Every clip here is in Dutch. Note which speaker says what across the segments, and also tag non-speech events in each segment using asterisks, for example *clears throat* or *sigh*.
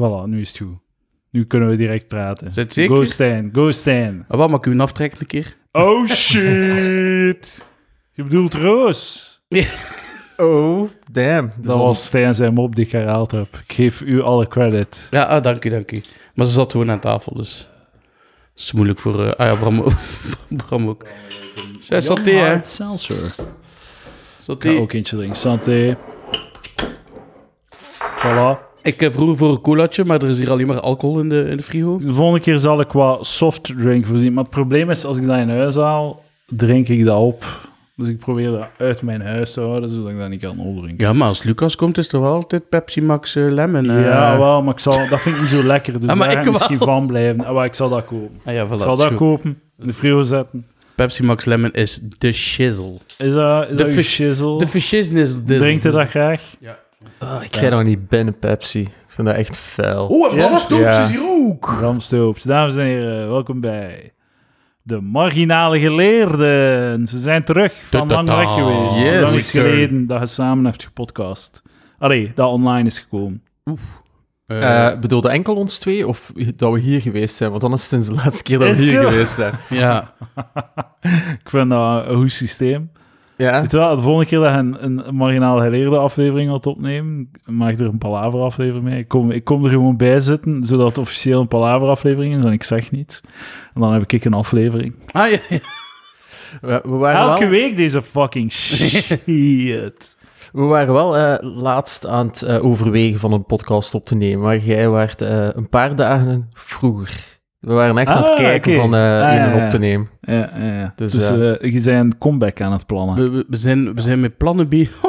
Speaker 1: Voilà, nu is het goed. Nu kunnen we direct praten.
Speaker 2: Zit zeker?
Speaker 1: Go Stijn, go Stijn.
Speaker 2: Ah, wat, mag ik u een aftrekken een keer? *laughs*
Speaker 1: Oh shit! Je bedoelt Roos.
Speaker 3: Oh, damn. Dus
Speaker 1: Dat
Speaker 3: al-
Speaker 1: was Stijn zijn mop die ik herhaald heb. Ik geef u alle credit.
Speaker 2: Ja, ah, dank u, dank u. Maar ze zat gewoon aan tafel, dus... Dat is moeilijk voor... eh, ah ja, Bram, ook. *laughs* Bram ook. Zij saté, hè?
Speaker 1: Hard seltzer.
Speaker 2: Saté.
Speaker 1: Ja, ook eentje drinken. Santé. Voilà.
Speaker 2: Ik eh, vroeg voor een colaatje, maar er is hier alleen maar alcohol in de, in de frigo.
Speaker 1: De volgende keer zal ik wat soft drink voorzien. Maar het probleem is, als ik dat in huis haal, drink ik dat op. Dus ik probeer dat uit mijn huis te houden, zodat ik dat niet kan opdrinken.
Speaker 2: Ja, maar als Lucas komt, is er wel altijd Pepsi Max eh, Lemon.
Speaker 1: Ja,
Speaker 2: eh.
Speaker 1: wel, maar ik zal, dat vind ik niet zo lekker. Dus
Speaker 2: *laughs* Ah, maar
Speaker 1: daar ga
Speaker 2: ik
Speaker 1: ik misschien
Speaker 2: wel.
Speaker 1: van blijven. Ah, maar ik zal dat kopen.
Speaker 2: Ah ja, voilà,
Speaker 1: Ik zal
Speaker 2: is
Speaker 1: dat
Speaker 2: goed.
Speaker 1: kopen, in de frigo zetten.
Speaker 2: Pepsi Max Lemon is de shizzle.
Speaker 1: Is dat, is
Speaker 2: De
Speaker 1: dat uw
Speaker 2: fish-
Speaker 1: shizzle?
Speaker 2: De shizzle is de...
Speaker 1: Drinkt u dat graag?
Speaker 2: Ja.
Speaker 3: Ah, ik krijg nog niet binnen Pepsi. Ik vind dat echt vuil.
Speaker 2: Oh, en
Speaker 1: Ja?
Speaker 2: Bram Stoops
Speaker 3: Ja.
Speaker 2: is hier ook.
Speaker 1: Bram Stoops. Dames en heren, welkom bij de marginale geleerden. Ze zijn terug van lang
Speaker 2: Ta-ta-ta.
Speaker 1: weg geweest.
Speaker 3: Yes.
Speaker 1: Lang is
Speaker 3: Return.
Speaker 1: geleden dat je samen hebt gepodcast. Allee, dat online is gekomen.
Speaker 2: Eh,
Speaker 3: Eh, bedoelde enkel ons twee of dat we hier geweest zijn? Want dan is het sinds de laatste keer dat we
Speaker 1: Is
Speaker 3: hier
Speaker 1: zo.
Speaker 3: geweest zijn.
Speaker 2: ja.
Speaker 1: Ik vind dat een goed systeem.
Speaker 3: Ja? *laughs*
Speaker 1: Weet je wel, de volgende keer dat je een, een marginale geleerde aflevering wilt opnemen, maak er een palaver aflevering mee. Ik kom, ik kom er gewoon bij zitten, zodat het officieel een palaver aflevering is en ik zeg niets. En dan heb ik een aflevering.
Speaker 2: Ah, ja, ja.
Speaker 3: We, we waren
Speaker 1: Elke
Speaker 3: wel,
Speaker 1: week deze fucking shit.
Speaker 3: we waren wel eh, laatst aan het eh, overwegen van een podcast op te nemen. Maar jij werd eh, een paar dagen vroeger. We waren echt aan
Speaker 1: Ah,
Speaker 3: het kijken
Speaker 1: oké.
Speaker 3: van eh
Speaker 1: Ah,
Speaker 3: een
Speaker 1: ja, ja.
Speaker 3: op te nemen.
Speaker 1: Ja, ja, ja. Dus,
Speaker 3: Dus,
Speaker 1: eh, je bent een comeback aan het plannen.
Speaker 2: We, we- we zijn, we zijn met plannen *laughs* bezig.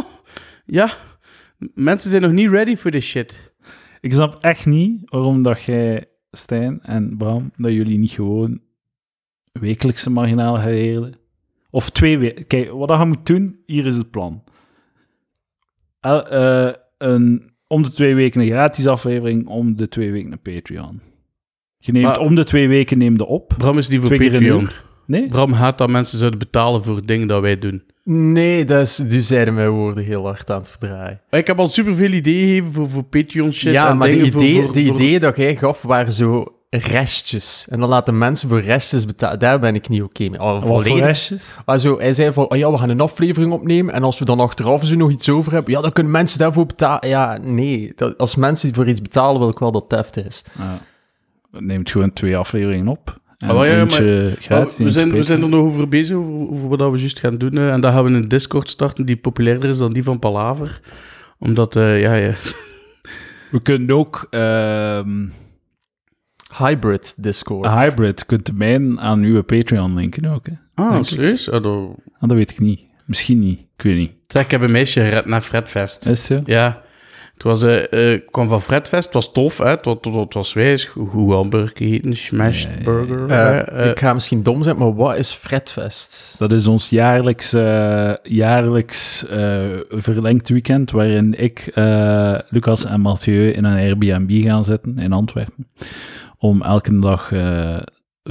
Speaker 2: ja, mensen zijn nog niet ready voor this shit.
Speaker 1: Ik snap echt niet waarom dat jij, Stijn en Bram, dat jullie niet gewoon wekelijkse marginale geleerden. Of twee weken. Kijk, wat dat je moet doen, hier is het plan. El- eh, een, om de twee weken een gratis aflevering, om de twee weken een Patreon. Je neemt
Speaker 2: Maar-
Speaker 1: om de twee weken neem de op.
Speaker 2: Bram is die voor
Speaker 1: Twee keer een
Speaker 2: Patreon.
Speaker 1: uur. Nee?
Speaker 2: Bram haat dat mensen zouden betalen voor dingen dat wij doen.
Speaker 3: Nee, dat is, nu zeiden mijn woorden heel hard aan het verdraaien.
Speaker 2: Ik heb al superveel ideeën gegeven voor, voor Patreon shit.
Speaker 3: ja,
Speaker 2: en
Speaker 3: maar de
Speaker 2: dingen voor-
Speaker 3: ideeën
Speaker 2: voor-
Speaker 3: die
Speaker 2: voor-
Speaker 3: ideeën dat jij gaf waren zo restjes. En dan laten mensen voor restjes betalen. Daar ben ik niet oké mee. Oh,
Speaker 1: Wat voor
Speaker 3: volledig.
Speaker 1: restjes?
Speaker 3: Maar zo, hij zei van, oh ja, we gaan een aflevering opnemen en als we dan achteraf zo nog iets over hebben, ja, dan kunnen mensen daarvoor betalen. Ja, nee. Dat, als mensen voor iets betalen, wil ik wel dat het heft is.
Speaker 1: Ja. Neemt gewoon twee afleveringen op. En
Speaker 2: Ah, wel, ja, ja, maar-
Speaker 1: eentje
Speaker 2: Maar
Speaker 1: gratis,
Speaker 2: Oh, we,
Speaker 1: eentje
Speaker 2: zijn, we
Speaker 1: Patreon.
Speaker 2: zijn er nog over bezig, over, over wat we juist gaan doen. eh, en dan gaan we een Discord starten die populairder is dan die van Palaver. Omdat, eh, ja, ja.
Speaker 1: We kunnen ook ehm,
Speaker 3: Hybrid Discord.
Speaker 1: een hybrid, kunt de mijn aan uw Patreon linken ook. Hè?
Speaker 2: Ah,
Speaker 1: Denk ik.
Speaker 2: serieus? Ah, dat-
Speaker 1: Ah, dat weet ik niet. Misschien niet. Ik weet niet.
Speaker 2: Zeg, ik heb een meisje gered naar Fredfest.
Speaker 1: Is het zo?
Speaker 2: Ja. Het was, eh eh, ik kwam van Fredfest, het was tof, hè? Het, was, het, was- het was wijs, goed goed hamburger gegeten, smashed burger.
Speaker 3: Eh,
Speaker 2: hè, eh.
Speaker 3: ik ga misschien dom zijn, maar wat is Fredfest?
Speaker 1: Dat is ons jaarlijks, eh, jaarlijks eh, verlengd weekend waarin ik, eh, Lucas en Mathieu in een Airbnb gaan zitten in Antwerpen. Om elke dag eh,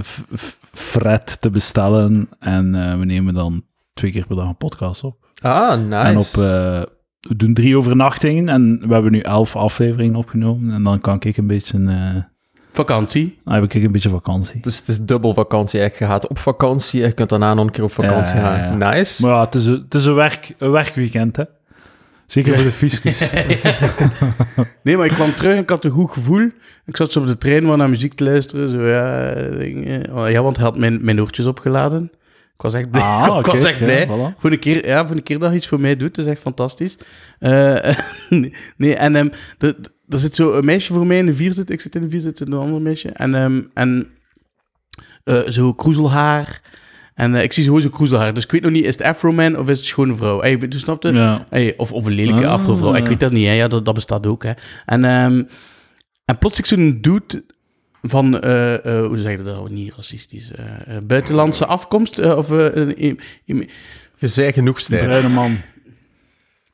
Speaker 1: f- f- fret te bestellen. En eh, we nemen dan twee keer per dag een podcast op.
Speaker 3: Ah, nice.
Speaker 1: En op, eh, we doen drie overnachtingen en we hebben nu elf afleveringen opgenomen. En dan kan ik een beetje, eh,
Speaker 2: Vakantie.
Speaker 1: dan Ah, heb ik een beetje vakantie.
Speaker 3: Dus het is dubbel vakantie. hè. Je gaat op vakantie en je kunt daarna nog een keer op vakantie
Speaker 1: Ja, ja, ja.
Speaker 3: gaan. Nice.
Speaker 1: Maar ja, het is een, het is een, werk, een werkweekend, hè. Zeker voor de
Speaker 2: *laughs*
Speaker 1: fiscus.
Speaker 2: Nee, maar ik kwam terug en ik had een goed gevoel. Ik zat zo op de trein waar naar muziek te luisteren. Zo, ja, dingen. Oh, ja, want hij had mijn, mijn oortjes opgeladen. Ik was echt blij. *laughs* ik
Speaker 1: Ah,
Speaker 3: Ah,
Speaker 1: oké,
Speaker 2: was echt
Speaker 1: ja,
Speaker 2: blij.
Speaker 1: voilà.
Speaker 2: Voor een, keer, ja, voor een keer dat je iets voor mij doet, dat is echt fantastisch. Eh, *laughs* nee, en ehm, de- de- er zit zo een meisje voor mij in de vier zit. Ik zit in de vier zit, een ander meisje. En, ehm, en eh, zo kroezelhaar. En eh, ik zie sowieso kroezelhaar. Dus ik weet nog niet, is het Afro-man of is het schone vrouw? Hey, dus snap je?
Speaker 1: Ja.
Speaker 2: Hey, of, of een lelijke
Speaker 1: Ah.
Speaker 2: afrovrouw. Ik weet dat niet, hè. Ja, dat, dat bestaat ook. Hè. En, ehm, en plots ik zo'n dude van, eh, eh, hoe zeg je dat nou, niet racistisch, eh, eh, buitenlandse afkomst. eh, of, eh, een- een- een-
Speaker 3: Je zei genoeg,
Speaker 1: De
Speaker 3: Stijn.
Speaker 1: bruine man.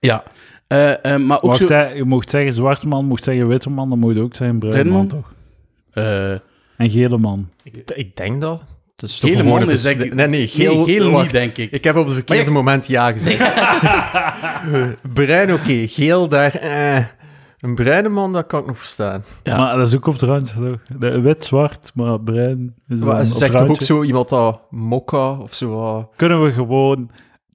Speaker 2: ja, Eh, eh, maar ook
Speaker 1: Mocht
Speaker 2: zo...
Speaker 1: hij- je mocht zeggen zwarte man, mocht zeggen witte man, dan moet je ook zeggen bruine
Speaker 2: Bruine
Speaker 1: man,
Speaker 2: man?
Speaker 1: toch?
Speaker 2: eh,
Speaker 1: En gele man.
Speaker 3: Ik, ik denk dat. Het is toch
Speaker 2: Gele
Speaker 3: een gewone
Speaker 2: man is
Speaker 3: bes-
Speaker 2: denk ik-
Speaker 3: Nee, nee, geel,
Speaker 2: nee, geel
Speaker 3: wacht.
Speaker 2: niet, denk ik.
Speaker 3: Ik heb op het verkeerde
Speaker 2: Maar
Speaker 3: *laughs* moment ja gezegd. Bruin, oké. Geel, daar... Eh. Een bruine man, dat kan ik nog verstaan.
Speaker 2: Ja.
Speaker 1: Maar dat is ook op het randje, toch? De- Wit-zwart, maar bruin is dan
Speaker 3: Maar
Speaker 1: op
Speaker 3: ze
Speaker 1: het
Speaker 3: zegt toch ook
Speaker 1: randje.
Speaker 3: zo iemand dat mokka of zo. ah,
Speaker 1: Kunnen we gewoon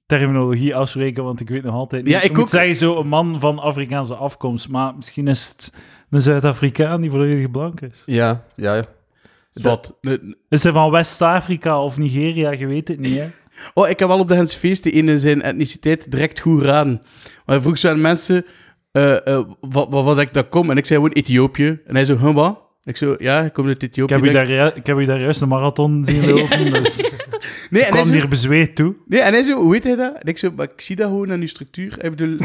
Speaker 1: terminologie afspreken, want ik weet nog altijd niet.
Speaker 2: Ja, ik
Speaker 1: moet
Speaker 2: ook.
Speaker 1: zeggen, zo een man van Afrikaanse afkomst, maar misschien is het een Zuid-Afrikaan die volledig blank is.
Speaker 3: ja, ja, ja.
Speaker 2: Wat? Nee,
Speaker 1: Is hij van West-Afrika of Nigeria? Je weet het niet, hè?
Speaker 2: Oh, ik heb wel op de Hens Feest die ene zijn etniciteit direct goed raden. Maar hij vroeg zo aan mensen eh, eh, wat, wat, wat ik daar kom. En ik zei gewoon Ethiopië. En hij zo, huh, wat? Ik zo, ja, ik kom uit
Speaker 1: Ik
Speaker 2: Ethiopië.
Speaker 1: heb, u
Speaker 2: Ik
Speaker 1: daar, ju- ik heb u daar juist een marathon
Speaker 2: *laughs*
Speaker 1: zien lopen, dus ik
Speaker 2: nee, en hij
Speaker 1: kwam
Speaker 2: zo,
Speaker 1: hier bezweet toe.
Speaker 2: nee, en hij zo, hoe heet hij dat? En ik zo, maar ik zie dat gewoon aan uw structuur. Ik
Speaker 1: *laughs*
Speaker 2: bedoel,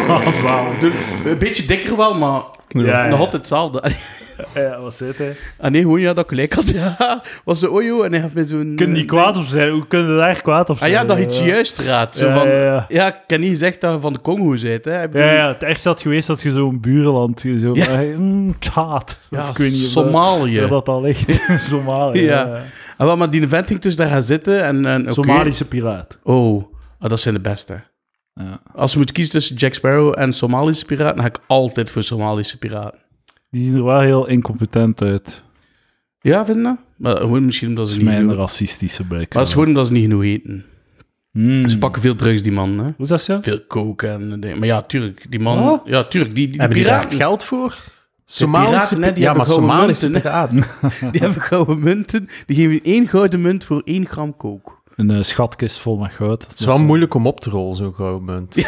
Speaker 2: ik bedoel, een beetje dikker wel, maar
Speaker 1: Ja,
Speaker 2: nog
Speaker 1: ja.
Speaker 2: altijd hetzelfde.
Speaker 1: Ja, wat zit hij?
Speaker 2: Ah nee, gewoon ja, dat ik gelijk had. *laughs* Ja, was zo, ojo. En hij heeft me zo'n...
Speaker 1: Je kunt niet kwaad op zijn. Hoe kunnen we daar kwaad op
Speaker 2: Ah
Speaker 1: zijn?
Speaker 2: ja, dat je het juist raadt. Zo
Speaker 1: Ja,
Speaker 2: van,
Speaker 1: ja,
Speaker 2: ja,
Speaker 1: ja.
Speaker 2: ik heb niet gezegd dat je van de Congo bent, hè. Ik bedoel,
Speaker 1: Ja, ja, het ergste had geweest dat je zo'n buurland... je Zo,
Speaker 2: Ja.
Speaker 1: eh, mm, Tjaat.
Speaker 2: ja,
Speaker 1: of ik weet niet of dat-
Speaker 2: Somalië.
Speaker 1: waar dat al ligt. *laughs* Somalië.
Speaker 2: Ja.
Speaker 1: ja.
Speaker 2: Ah, wel, maar die vent ging dus daar gaan zitten en... en oké.
Speaker 1: Somalische piraat.
Speaker 2: Oh, ah, dat zijn de beste.
Speaker 1: Ja.
Speaker 2: Als je moet kiezen tussen Jack Sparrow en Somalische piraten, dan ga ik altijd voor Somalische piraten.
Speaker 1: Die zien er wel heel incompetent uit.
Speaker 2: Ja, vind je dat? Maar gewoon misschien omdat
Speaker 1: Dat
Speaker 2: ze
Speaker 1: is
Speaker 2: niet genoeg...
Speaker 1: mijn
Speaker 2: Maar
Speaker 1: racistische bek.
Speaker 2: het is gewoon omdat ze niet genoeg eten.
Speaker 1: Mm.
Speaker 2: Ze pakken veel drugs, die man, hè.
Speaker 1: Hoe is dat zo?
Speaker 2: Veel coke en... dingen. Maar ja, tuurlijk, die man...
Speaker 1: Oh.
Speaker 3: Wat?
Speaker 2: Ja, tuurlijk, die, die, die
Speaker 3: Hebben die daar echt
Speaker 2: piraten...
Speaker 3: geld voor? Somalische
Speaker 2: piraten, hè, die
Speaker 3: pi- Ja, maar
Speaker 2: hebben gouden
Speaker 3: Somalische
Speaker 2: munten,
Speaker 3: piraten.
Speaker 2: Die hebben gouden munten. Die geven één gouden munt voor één gram coke.
Speaker 1: Een eh, schatkist vol met goud.
Speaker 3: Het is wel moeilijk om op te rollen, zo'n gouden munt.
Speaker 1: *laughs*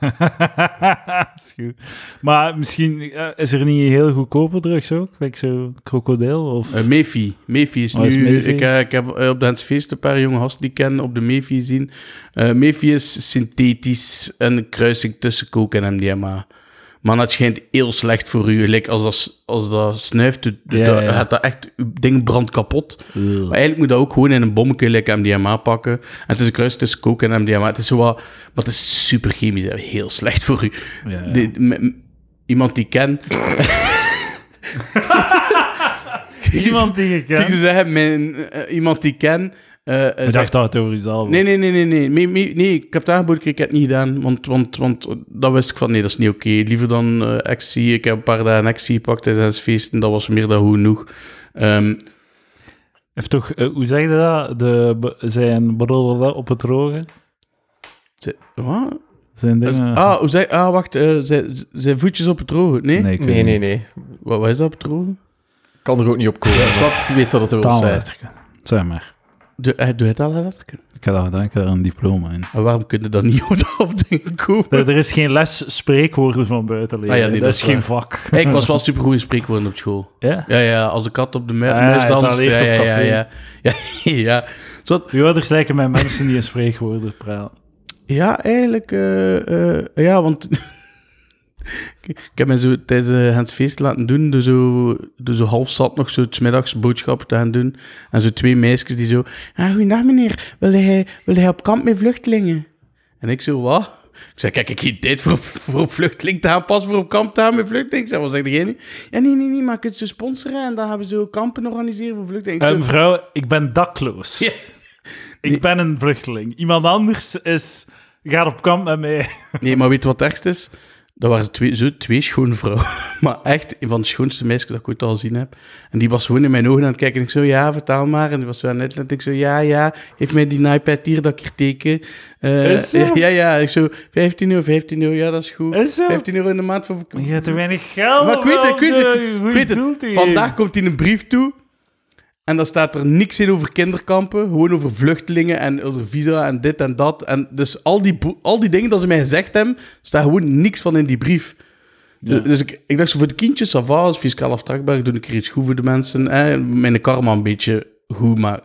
Speaker 1: Dat is goed. Maar misschien eh, is er niet een heel goedkope drugs ook? Like zo'n krokodil? Of...
Speaker 2: Eh Mefi. Mefi is
Speaker 1: Oh,
Speaker 2: nu...
Speaker 1: is Mefi?
Speaker 2: Ik, eh, ik heb eh, op de Hans Feest een paar jonge gasten die ik ken op de Mefi zien. Eh Mefi is synthetisch een kruising tussen coke en MDMA. Maar dat schijnt heel slecht voor u. Like als, dat, als dat snuift, doet- doet
Speaker 1: Ja,
Speaker 2: dat,
Speaker 1: ja.
Speaker 2: gaat dat echt... Uw ding brandt kapot.
Speaker 1: Ugh.
Speaker 2: Maar eigenlijk moet je dat ook gewoon in een bommetje like MDMA pakken. En het is een kruis tussen coke en MDMA. Het is zo wat... Maar het is super chemisch en heel slecht voor u.
Speaker 1: Ja, ja.
Speaker 2: De- m- m- iemand die ik ken...
Speaker 1: *laughs* *laughs* Iemand die je
Speaker 2: Ik
Speaker 1: kent.
Speaker 2: zou zeggen, mijn, eh, iemand die ik ken. eh, eh,
Speaker 1: Ik
Speaker 2: zegt-
Speaker 1: dacht dat het over jezelf
Speaker 2: nee, nee, nee, nee, nee, nee, nee, nee, ik heb het aangeboden, ik heb het niet gedaan, want, want, want dat wist ik van, nee, dat is niet oké. Liever dan eh actie, ik heb een paar dagen actie gepakt tijdens het feest en dat was meer dan goed genoeg. Ehm,
Speaker 1: Heeft toch, eh, hoe zeg je dat? De, b- zijn blablabla op het droge?
Speaker 2: ze- wat?
Speaker 1: Zijn dingen...
Speaker 2: Ah, hoe zeg, ah, wacht, eh, zijn, zijn voetjes op het droge, nee?
Speaker 1: ik weet
Speaker 3: Nee,
Speaker 1: niet.
Speaker 3: nee, nee.
Speaker 2: Wat, wat is dat op het droge?
Speaker 3: Kan er ook niet op komen. Wat weet wat het wil zijn.
Speaker 1: Taalletterken. Zeg maar.
Speaker 2: Doe, eh, doe het al letterlijk?
Speaker 1: Ik heb dat gedaan, ik heb daar een diploma in.
Speaker 2: En waarom kunnen dat niet op de afdeling komen?
Speaker 1: Er, er is geen les spreekwoorden van buiten leren.
Speaker 2: Ah ja, nee,
Speaker 1: dat,
Speaker 2: dat
Speaker 1: is
Speaker 2: is
Speaker 1: geen
Speaker 2: waar.
Speaker 1: vak.
Speaker 2: Hey, ik was wel supergoed in spreekwoorden op school.
Speaker 1: Ja?
Speaker 2: Ja, ja, als de kat op de mu-
Speaker 1: Ah,
Speaker 2: muis
Speaker 1: ja,
Speaker 2: danst.
Speaker 1: dat leeft
Speaker 2: Ja,
Speaker 1: op
Speaker 2: ja, ja,
Speaker 1: café.
Speaker 2: ja. Ja, *laughs* ja. Zodat-
Speaker 1: Je ouders lijken met mensen die in spreekwoorden praten.
Speaker 2: ja, eigenlijk... eh, eh, ja, want... *laughs* ik ik heb mij zo tijdens eh, Hans Feest laten doen, dus zo, dus zo half zat nog zo 's middags boodschappen te gaan doen. En zo twee meisjes die zo... Ah, goeiedag meneer, wil hij, wil hij op kamp met vluchtelingen? En ik zo, wat? Ik zei, kijk, ik heb geen tijd voor op, voor op vluchteling te gaan, pas voor op kamp te gaan met vluchtelingen. Ik zei, wat zegt degene? Ja, nee, nee, nee, maar je kunt ze sponsoren en dan gaan we zo kampen organiseren voor vluchtelingen.
Speaker 1: Eh,
Speaker 2: Ik zo,
Speaker 1: mevrouw, ik ben dakloos.
Speaker 2: Ja.
Speaker 1: Ik ben een vluchteling. Iemand anders is... Gaat op kamp met mij.
Speaker 2: Nee, maar weet je wat het ergste is? Dat waren twee, zo twee schoonvrouwen. *laughs* Maar echt, een van de schoonste meisjes dat ik ooit al gezien heb. En die was gewoon in mijn ogen aan het kijken. En ik zo, ja, vertaal maar. En die was zo aan het En ik zo, ja, ja, heeft mij die iPad hier dat ik hier teken. Eh,
Speaker 1: Is zo?
Speaker 2: *laughs* Ja, ja. Ik zo, 15 euro, 15 euro, ja, dat is goed.
Speaker 1: Is zo?
Speaker 2: 15 euro in de maand voor...
Speaker 1: Je hebt te weinig geld.
Speaker 2: Maar ik weet het, ik weet het,
Speaker 1: Ik
Speaker 2: weet het. Vandaag komt hij een brief toe. En dan staat er niks in over kinderkampen. Gewoon over vluchtelingen en over visa en dit en dat. En dus al die, bo- al die dingen dat ze mij gezegd hebben, staat gewoon niks van in die brief.
Speaker 1: Ja.
Speaker 2: Dus ik, ik dacht zo, voor de kindjes, ça va, is fiscaal aftrekbaar, doe ik er iets goed voor de mensen. Hè? Mijn karma een beetje goed, maar...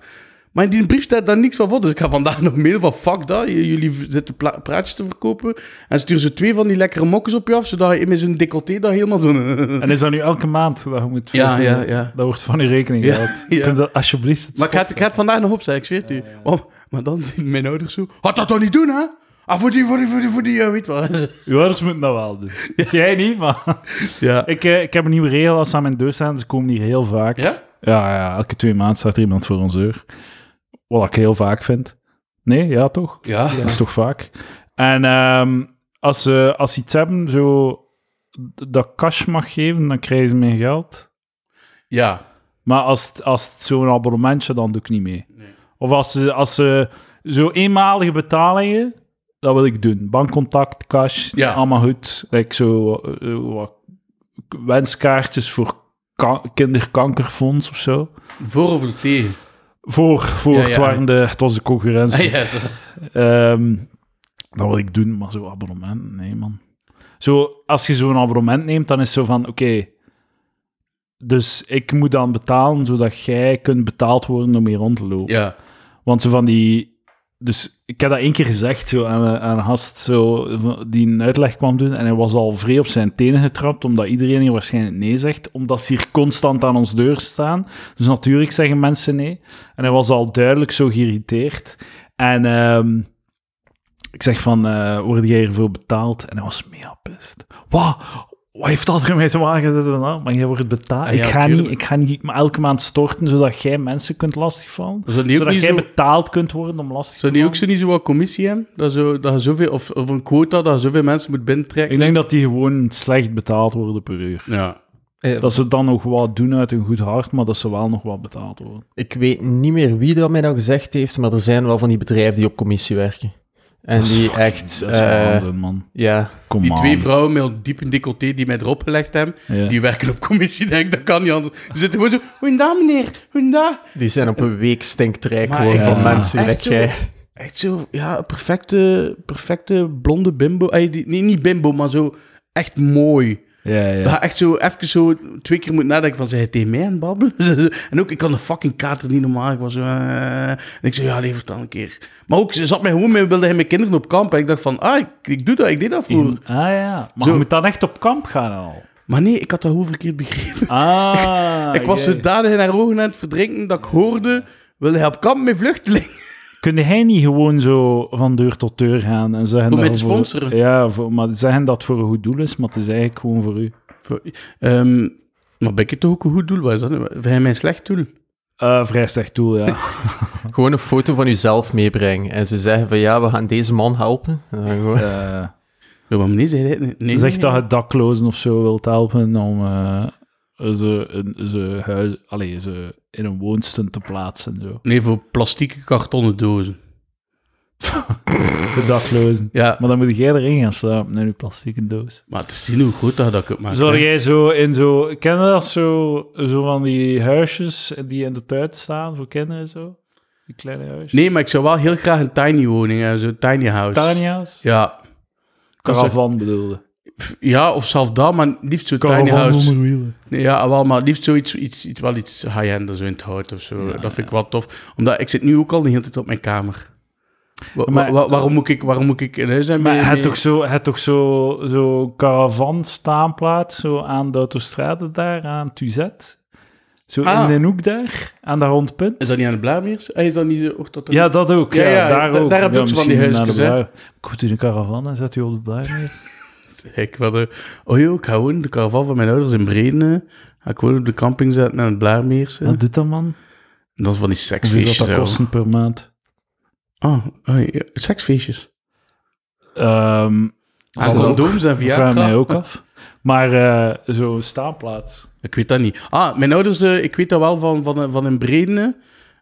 Speaker 2: Maar in die brief staat daar niks van voor. Dus ik ga vandaag *laughs* nog mailen van, fuck dat, j- jullie v- zitten pla- praatjes te verkopen. En stuur ze twee van die lekkere mokjes op je af, zodat je met zo'n decolleté dat helemaal *laughs* zo...
Speaker 1: En is dat nu elke maand dat je moet
Speaker 2: Ja,
Speaker 1: veertien-
Speaker 2: ja, ja.
Speaker 1: Dat wordt van je rekening
Speaker 2: Ja,
Speaker 1: gehaald.
Speaker 2: ja.
Speaker 1: Kun je dat alsjeblieft het
Speaker 2: Maar ik ga, het, ik
Speaker 1: stoppen?
Speaker 2: ga het vandaag nog opzeggen, ik zweer het u. Oh, maar dan zien mijn ouders zo... Had dat toch niet doen, hè? Ah, voor die, voor die, voor die, voor die, eh, weet wel. *laughs*
Speaker 1: Uw ouders moeten dat wel doen. Jij niet, maar...
Speaker 2: Ja.
Speaker 1: Ik, eh, ik heb een nieuwe regel als ze aan mijn deur staan. Ze komen hier heel vaak.
Speaker 2: Ja?
Speaker 1: Ja, ja, elke twee maanden staat er iemand voor ons deur. Wat ik heel vaak vind. Nee, ja, toch?
Speaker 2: Ja.
Speaker 1: Dat is toch vaak? En ehm, als, ze, als ze iets hebben, zo d- dat cash mag geven, dan krijgen ze mijn geld.
Speaker 2: Ja.
Speaker 1: Maar als, het- als het zo'n abonnementje, dan doe ik niet mee.
Speaker 2: Nee.
Speaker 1: Of als ze, als ze zo eenmalige betalingen, dat wil ik doen. Bankcontact, cash,
Speaker 2: Ja.
Speaker 1: allemaal goed. Like zo eh, eh, wat wenskaartjes voor ka- kinderkankerfonds of zo.
Speaker 2: Voor of er tegen?
Speaker 1: Voor, voor
Speaker 2: Ja,
Speaker 1: Het,
Speaker 2: ja.
Speaker 1: waren de, het was de concurrentie.
Speaker 2: Ah, *laughs* ja, zo.
Speaker 1: Ehm, dat wil ik doen, maar zo abonnement, nee man. Zo, als je zo'n abonnement neemt, dan is het zo van, oké, dus ik moet dan betalen, zodat jij kunt betaald worden om hier rond te lopen.
Speaker 2: ja.
Speaker 1: Want zo van die... Dus ik heb dat één keer gezegd zo, aan, een- aan een gast zo, van- die een uitleg kwam doen. En hij was al vrij op zijn tenen getrapt, omdat iedereen hier waarschijnlijk nee zegt. Omdat ze hier constant aan ons deur staan. Dus natuurlijk zeggen mensen nee. En hij was al duidelijk zo geïrriteerd. En ehm, ik zeg van, eh word jij hiervoor betaald? En hij was mega pist. Wat? Wat heeft dat ermee te maken? Dit en dat. Maar jij wordt betaald.
Speaker 2: Ah ja,
Speaker 1: ik, ga
Speaker 2: tuurlijk.
Speaker 1: niet, ik ga niet maar elke maand storten, zodat jij mensen kunt lastigvallen
Speaker 2: Zou die ook
Speaker 1: zodat
Speaker 2: niet
Speaker 1: jij
Speaker 2: zo...
Speaker 1: betaald kunt worden om lastig
Speaker 2: Zou
Speaker 1: te
Speaker 2: die ook
Speaker 1: vallen.
Speaker 2: zo niet zo wat commissie hebben? Dat, zo, dat je zoveel, of, of een quota dat je zoveel mensen moet binnentrekken?
Speaker 1: Ik denk dat die gewoon slecht betaald worden per uur.
Speaker 2: Ja.
Speaker 3: Eh,
Speaker 1: Dat ze dan nog wat doen uit een goed hart, maar dat ze wel nog wat betaald worden.
Speaker 3: Ik weet niet meer wie dat mij nou gezegd heeft, maar er zijn wel van die bedrijven die op commissie werken. En
Speaker 1: Dat is
Speaker 3: die
Speaker 1: fucking-
Speaker 3: echt...
Speaker 1: Dat is
Speaker 3: eh,
Speaker 1: waanzin, man.
Speaker 3: ja,
Speaker 1: Kom
Speaker 2: Die
Speaker 1: aan.
Speaker 2: twee vrouwen met een diepe decolleté die mij erop gelegd hebben,
Speaker 1: Ja.
Speaker 2: die werken op commissie, *laughs* denk ik, dat kan niet anders. Ze zitten gewoon zo, goedendag meneer, goedendag.
Speaker 3: die zijn op een week stinkrijk
Speaker 2: Maar
Speaker 3: geworden
Speaker 2: echt,
Speaker 3: van
Speaker 1: ja.
Speaker 3: mensen.
Speaker 2: Echt,
Speaker 3: die dat jij-
Speaker 2: Echt zo, ja, perfecte, perfecte blonde bimbo. Ey, die, nee, niet bimbo, maar zo echt mooi.
Speaker 1: Ja, ja.
Speaker 2: Dat je echt zo even zo twee keer moet nadenken van, zijn het tegen mij aan het babbelen? *laughs* en ook, ik kan de fucking kater niet normaal. Ik was zo, eh, en ik zei, ja, lever het dan een keer. Maar ook, ze zat mij gewoon mee, wilde hij mijn kinderen op kamp. En ik dacht van, ah, ik, ik doe dat, ik deed dat vroeger.
Speaker 1: In- ah ja, maar
Speaker 2: Zo-
Speaker 1: je moet dan echt op kamp gaan
Speaker 2: *laughs*
Speaker 1: al.
Speaker 2: Maar nee, ik had dat hoe verkeerd begrepen.
Speaker 1: Ah,
Speaker 2: ik was
Speaker 1: jee.
Speaker 2: zodanig in haar ogen aan het verdrinken dat ik hoorde, wilde hij op kamp met vluchtelingen? *laughs*
Speaker 1: Kun jij niet gewoon zo van deur tot deur gaan en zeggen...
Speaker 2: Om mij te
Speaker 1: daarvoor-
Speaker 2: sponsoren.
Speaker 1: Ja, voor, maar zeggen dat het voor een goed doel is, maar het is eigenlijk gewoon voor u.
Speaker 2: Voor- Ehm, maar ben ik het toch ook een goed doel? Wat is dat nu? Vind jij mij een slecht doel?
Speaker 1: Eh vrij slecht doel,
Speaker 2: *laughs*
Speaker 1: ja.
Speaker 3: Gewoon een foto van jezelf meebrengen. En ze zeggen van, ja, we gaan deze man helpen. En dan gewoon-
Speaker 1: Eh,
Speaker 2: Ja, maar nee, zei hij het niet. Nee,
Speaker 1: Zeg
Speaker 2: nee,
Speaker 1: dat
Speaker 2: nee.
Speaker 1: je daklozen of zo wilt helpen om eh, ze, een, ze, huis, allee, ze in een woonstuin te plaatsen. en Zo.
Speaker 2: Nee, voor plastieke kartonnen dozen. *laughs*
Speaker 1: De daklozen.
Speaker 2: Ja,
Speaker 1: Maar dan moet jij erin gaan slapen in je plastieke doos.
Speaker 2: maar het is zien hoe goed dat ik het maak.
Speaker 1: Zou
Speaker 2: hè.
Speaker 1: jij zo in zo... Ken je dat zo, zo van die huisjes die in de tuin staan voor kinderen zo? Die kleine huisjes?
Speaker 2: Nee, maar ik zou wel heel graag een tiny woning hebben, zo'n tiny house.
Speaker 1: Tania's?
Speaker 2: Ja.
Speaker 1: Caravan bedoelde.
Speaker 2: Pff, Ja, of zelfs dat, maar liefst zo'n tiny house. Nee, ja, wel, maar liefst zoiets iets, iets, wel iets high-end, zo in het hout of zo. dat vind ik wel tof. Omdat ik zit nu ook al de hele tijd op mijn kamer. Wa- wa-
Speaker 1: Maar-
Speaker 2: wa- waarom, moet ik, waarom moet ik in huis zijn?
Speaker 1: Maar
Speaker 2: met-
Speaker 1: het
Speaker 2: met-
Speaker 1: toch zo, het toch zo, zo caravan staanplaats, zo aan de autostrade daar, aan Tuzet. Zo
Speaker 2: Ah.
Speaker 1: in een hoek daar, aan dat rondpunt.
Speaker 2: Is dat niet aan de Blaamiers? Ah, Is dat niet zo... hoort dat er-
Speaker 1: Ja, dat ook.
Speaker 2: Ja,
Speaker 1: Ja,
Speaker 2: ja,
Speaker 1: daar
Speaker 2: da-
Speaker 1: ook.
Speaker 2: daar heb
Speaker 1: ja,
Speaker 2: ik zo van die
Speaker 1: misschien naar de
Speaker 2: huisjes, hè.
Speaker 1: Blauw. Goed in een caravan en zet u op de
Speaker 2: *laughs*
Speaker 1: Blijmeer.
Speaker 2: Ik wilde... Oh joh, ik ga gewoon de caravan van mijn ouders in Breden... eh, Ga ik gewoon op de camping zetten aan het Blaamiers. eh.
Speaker 1: Wat doet dat, man?
Speaker 2: En Dat is van
Speaker 1: Hoeveel
Speaker 2: die
Speaker 1: zou
Speaker 2: seksfeestjes.
Speaker 1: dat
Speaker 2: hè.
Speaker 1: kosten per maand?
Speaker 2: Ah, ah, ja, seksfeestjes.
Speaker 1: Ehm
Speaker 2: Ah,
Speaker 1: dat ook.
Speaker 2: condooms en
Speaker 1: Ik vraag
Speaker 2: Viagra.
Speaker 1: mij ook af. Maar eh zo'n staanplaats.
Speaker 2: Ik weet dat niet. Ah, mijn ouders, eh, ik weet dat wel van, van, van in Breden.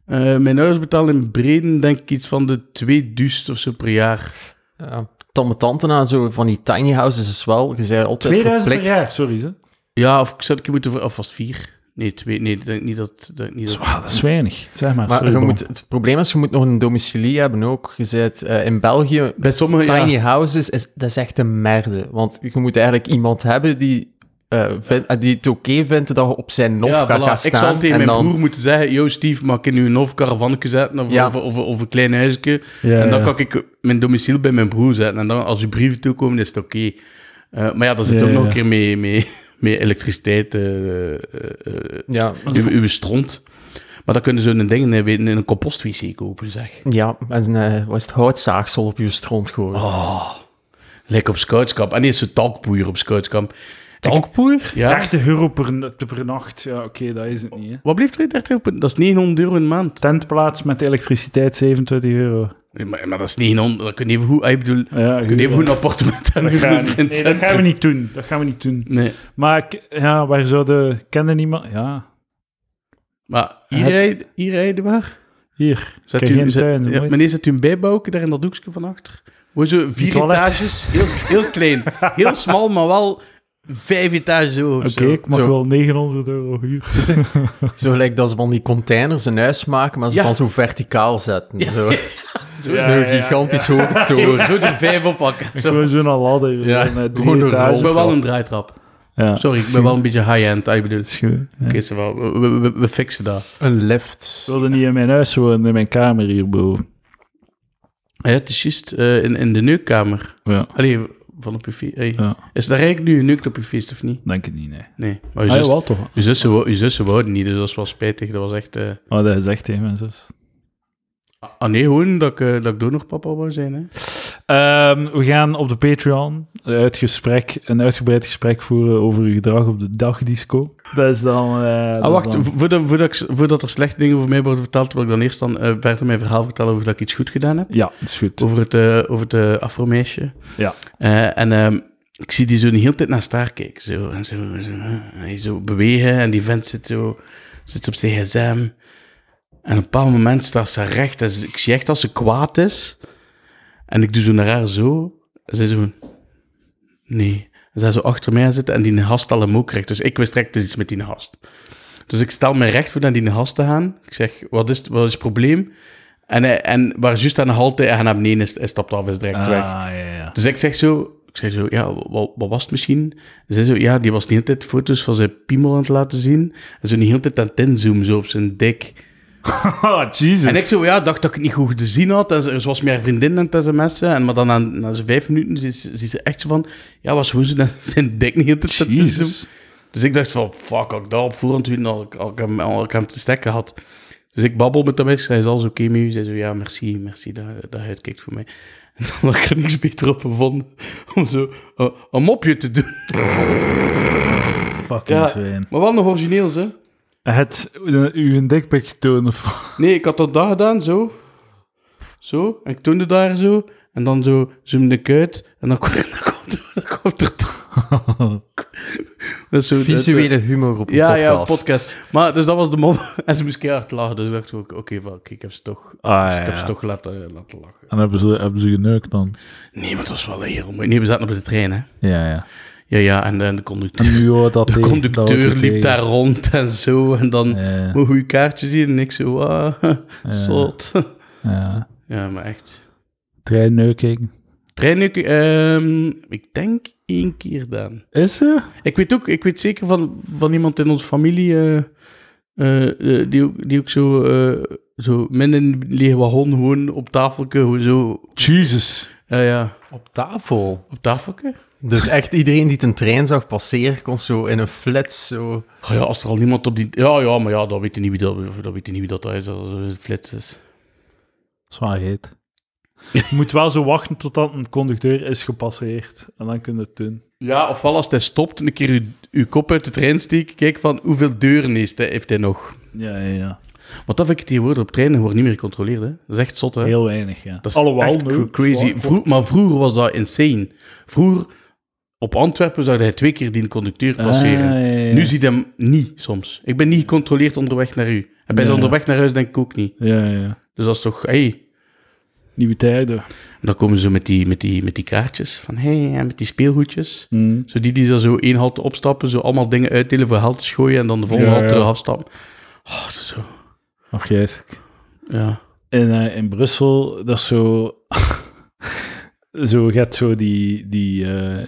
Speaker 2: eh. Eh, mijn ouders betalen in Breden, denk ik, iets van de 2000 of zo per jaar.
Speaker 3: Ja. Dan mijn tante na, zo van die tiny houses is wel, je zei altijd
Speaker 1: 2000 per
Speaker 3: verplicht.
Speaker 1: jaar, sorry. Ze.
Speaker 2: Ja, of ik zou het een keer moeten... ver- Of was het vier? Nee, twee. Nee, ik denk niet dat... denk niet dat...
Speaker 1: Zwaar, dat is weinig. Zeg maar,
Speaker 3: Maar
Speaker 1: sorry,
Speaker 3: je
Speaker 1: man.
Speaker 3: moet, het probleem is, je moet nog een domicilie hebben ook. Je zit eh, in België,
Speaker 2: Bij sommige,
Speaker 3: tiny
Speaker 2: ja.
Speaker 3: houses, is, dat is echt een merde. Want je moet eigenlijk iemand hebben die, eh, vindt- eh, die het oké vindt dat je op zijn nof
Speaker 2: Ja,
Speaker 3: gaat
Speaker 2: voilà.
Speaker 3: gaan staan.
Speaker 2: Ik zal tegen
Speaker 3: en
Speaker 2: mijn
Speaker 3: dan,
Speaker 2: broer moeten zeggen... Yo, Steve, mag ik nu een of caravannetje zetten? Of,
Speaker 3: Ja.
Speaker 2: of, of, of een klein huisje?
Speaker 1: Ja,
Speaker 2: en dan
Speaker 1: ja.
Speaker 2: kan ik mijn domiciel bij mijn broer zetten. En dan, als uw brieven toekomen, is het oké. Eh, maar ja, daar zit
Speaker 1: Ja,
Speaker 2: ook
Speaker 1: ja,
Speaker 2: nog een
Speaker 1: ja.
Speaker 2: keer mee, mee, mee elektriciteit... eh, eh, eh,
Speaker 3: Ja,
Speaker 2: Uw, uw stront. Maar dan kunnen ze hun dingen eh, weten in een compostwc kopen, zeg.
Speaker 3: ja, en eh was het houtzaagsel op je stront gooien.
Speaker 2: Oh, Lekker op scoutskamp. En eerst een talkpoeier op scoutskamp.
Speaker 3: Talkpoeier?
Speaker 2: Ja.
Speaker 1: 30 euro per, per nacht, ja, oké, dat is het niet. Hè.
Speaker 2: Wat blijft er 30 euro? per- Dat is 900 euro in de maand.
Speaker 1: Tentplaats met elektriciteit 27 euro.
Speaker 2: Nee, Maar, maar dat is 900, dat kun je even goed... ah, Ik bedoel, dat
Speaker 1: Ja,
Speaker 2: kun je even
Speaker 1: goed,
Speaker 2: goed een appartement hebben.
Speaker 1: dat, gaan,
Speaker 2: in het
Speaker 1: nee, dat
Speaker 2: centrum.
Speaker 1: gaan we niet doen. Dat gaan we niet doen.
Speaker 2: Nee,
Speaker 1: Maar ik- ja, waar zou de... Kende niemand? Ja,
Speaker 2: maar hier,
Speaker 1: Het-
Speaker 2: rijden, hier rijden we.
Speaker 1: hier.
Speaker 2: Zet
Speaker 1: Kijk,
Speaker 2: u,
Speaker 1: geen
Speaker 2: zet-
Speaker 1: tuin,
Speaker 2: ja,
Speaker 1: mooi.
Speaker 2: meneer, zet u een bijbouwke daar in dat doekje van achter? Hoe zo vier
Speaker 1: toilet.
Speaker 2: etages, heel, heel klein.
Speaker 1: *laughs*
Speaker 2: Heel smal, maar wel vijf etages over.
Speaker 1: Oké,
Speaker 2: zo.
Speaker 1: ik mag
Speaker 3: Zo.
Speaker 1: wel 900 euro huur.
Speaker 3: *laughs* Zo gelijk dat ze van die containers een huis maken, maar ze
Speaker 2: Ja.
Speaker 3: dan zo verticaal
Speaker 2: *laughs*
Speaker 3: zetten. Zo,
Speaker 2: *laughs* Zo,
Speaker 1: Ja,
Speaker 3: Zo'n
Speaker 1: ja, ja,
Speaker 3: gigantisch
Speaker 1: ja.
Speaker 2: *laughs*
Speaker 3: hoge toren.
Speaker 2: zo, zo die vijf oppakken. Zo.
Speaker 1: Gewoon zo'n ladder.
Speaker 3: Ja,
Speaker 1: zo'n, eh, drie
Speaker 3: gewoon een
Speaker 1: etages.
Speaker 2: Ik ben wel een draaitrap.
Speaker 1: Ja.
Speaker 2: Sorry, ik ben wel een beetje high-end, ah, ik bedoel. Oké,
Speaker 1: Schoon, ja.
Speaker 2: zo wel. we, we- we- we fixen dat.
Speaker 3: Een lift.
Speaker 1: Ik wilde niet in mijn huis wonen, in mijn kamer hierboven.
Speaker 2: Ja, het is juist eh, in, in de neukkamer.
Speaker 1: Ja,
Speaker 2: Allee, van op je feest. Hey.
Speaker 1: Ja.
Speaker 2: Is daar eigenlijk nu neukt op je feest, of niet?
Speaker 1: denk het niet, nee.
Speaker 2: Nee. Maar uw
Speaker 1: Ah,
Speaker 2: zus-
Speaker 1: wel toch?
Speaker 2: uw zussen wou- uw zussen wouden niet, dus dat was wel spijtig. Dat was echt... eh,
Speaker 1: Oh, dat is echt, hè, mijn zus.
Speaker 2: Ah nee, gewoon dat ik, eh, dat ik donorpapa wou zijn, hè. Ah,
Speaker 1: Ehm, we gaan op de Patreon uit gesprek, een uitgebreid gesprek voeren over uw gedrag op de dagdisco. Dat is dan... eh, dat
Speaker 2: Ah,
Speaker 1: is
Speaker 2: wacht,
Speaker 1: dan-
Speaker 2: vo- voordat, voordat, ik- voordat er slechte dingen over mij worden verteld, wil ik dan eerst dan, eh, verder mijn verhaal vertellen over dat ik iets goed gedaan heb.
Speaker 1: Ja, dat is goed.
Speaker 2: Over het, eh over het eh, afromeisje.
Speaker 1: Ja.
Speaker 2: Eh, en ehm, ik zie die zo de hele tijd naar staar kijken. Zo, en zo, en zo, eh, hij zo bewegen en die vent zit zo zit op zijn gsm. En op een bepaald moment staat ze recht. En ze- ik zie echt als ze kwaad is. En ik doe zo naar haar zo. En zij zo... Nee. En zij zo achter mij zitten en die gast al hem ook recht. Dus ik wist direct, het is iets met die gast. Dus ik stel mij recht voor naar die gast te gaan. Ik zeg, wat is het, wat is het probleem? En, hij- en waar juist aan de halte en naar beneden is, hij stapt af, is direct
Speaker 1: ah,
Speaker 2: weg.
Speaker 1: ja, ja.
Speaker 2: Dus ik zeg zo, ik zeg zo, ja, wat, wat was het misschien? En zij zo, ja, die was de hele tijd foto's van zijn piemel aan het laten zien. En zo de hele tijd aan het inzoomen, zo op zijn dik.
Speaker 1: Oh, Jesus.
Speaker 2: En ik zo, ja, dacht dat ik het niet goed gezien had. En ze, ze was meer vriendin aan het sms'en. En maar dan na, na zo'n vijf minuten ziet ze, ziet ze echt zo van, ja, was hoe ze dan *laughs* zijn dik niet te te- te zoomen.
Speaker 1: Jesus.
Speaker 2: Dus ik dacht van, fuck, had ik dat op voorhand weten, had ik, had ik hem, had ik hem te stekken had. Dus ik babbel met hem, ik zei, is alles oké met u? Zij zo, ja, merci, merci dat, dat je uitkijkt voor mij. *laughs* En dan had ik er niks beter op gevonden om zo eh, een mopje te doen.
Speaker 1: Fucking
Speaker 2: Ja.
Speaker 1: fijn.
Speaker 2: Maar wel nog origineels, hè?
Speaker 1: Het, u een dikpik tonen.
Speaker 2: Nee, ik had dat daar gedaan, zo. Zo, en ik toonde daar zo. En dan zo zoomde ik uit. En dan, *laughs* kwam- dan, komt, dan komt
Speaker 1: *laughs*
Speaker 2: er... Dat is zo, dat-
Speaker 3: Visuele humor op een
Speaker 2: ja,
Speaker 3: podcast.
Speaker 2: ja, podcast. Maar dus dat was de mop. *laughs* En ze moest keihard lachen. Dus ik dacht ook, oké, fuck, ik heb ze toch,
Speaker 1: Ah,
Speaker 2: ik
Speaker 1: ja,
Speaker 2: heb ze
Speaker 1: ja.
Speaker 2: toch laten, laten lachen.
Speaker 1: En hebben ze, hebben ze geneukt dan?
Speaker 2: Nee, maar het was wel heel mooi. Nee, we zaten op de trein, hè.
Speaker 1: Ja, ja.
Speaker 2: Ja, ja, en, eh, de
Speaker 1: *laughs*
Speaker 2: conducteur,
Speaker 1: Nu hoort dat
Speaker 2: de
Speaker 1: tegen, dat hoort
Speaker 2: conducteur
Speaker 1: er tegen.
Speaker 2: liep daar rond en zo. En dan
Speaker 1: Ja,
Speaker 2: hoe je kaartje zien en ik zo, ah, *laughs* zot. *laughs*
Speaker 1: ja.
Speaker 2: Ja, maar echt.
Speaker 1: Treinneuking.
Speaker 2: Trein ook, ehm, ik denk één keer dan.
Speaker 1: Is er?
Speaker 2: Ik weet ook, ik weet zeker van, van iemand in onze familie eh, eh, eh, die, ook, die ook zo, eh, zo min in lege wagon gewoon op tafelke, hoe zo,
Speaker 1: Jesus.
Speaker 2: ja ja,
Speaker 3: Op tafel.
Speaker 2: op tafelke.
Speaker 3: Dus echt iedereen die een trein zag passeren, kon zo in een flits zo...
Speaker 2: Oh ja, als er al niemand op die, ja ja, maar ja, dat weet je niet wie dat, dat weet je niet wie dat is, dat is een flits is.
Speaker 1: Zwaar heet. Je moet wel zo wachten totdat een conducteur is gepasseerd. En dan kun je het doen.
Speaker 2: Ja, ofwel als hij stopt en een keer uw, uw kop uit de trein steken, kijk van hoeveel deuren heeft hij, heeft hij nog.
Speaker 1: Ja, ja, ja.
Speaker 2: Want dat vind ik tegenwoordig op treinen wordt niet meer gecontroleerd, hè. Dat is echt zot, hè.
Speaker 1: Heel weinig, ja.
Speaker 2: Dat is
Speaker 1: Alhoewel,
Speaker 2: echt
Speaker 1: nu,
Speaker 2: cr- crazy.
Speaker 1: zwaar-
Speaker 2: Vroeg- maar vroeger was dat insane. Vroeger, op Antwerpen, zou hij twee keer die conducteur passeren.
Speaker 1: Ah, ja, ja, ja.
Speaker 2: Nu ziet hij hem niet, soms. Ik ben niet gecontroleerd onderweg naar u. En bij
Speaker 1: Ja.
Speaker 2: zijn onderweg naar huis denk ik ook niet.
Speaker 1: Ja, ja, ja.
Speaker 2: Dus dat is toch... Hey.
Speaker 1: Nieuwe tijden.
Speaker 2: Dan komen ze met die, met die, met die kaartjes van... Hey, en met die speelgoedjes. Zo die die daar zo één halte opstappen, zo allemaal dingen uitdelen voor haltes gooien en dan de volgende
Speaker 1: Ja,
Speaker 2: halte
Speaker 1: ja.
Speaker 2: afstappen. Oh, dat is zo...
Speaker 1: Ach, juist.
Speaker 2: Ja.
Speaker 1: In, eh, in Brussel, dat is zo... *laughs* zo, je hebt zo die... die eh,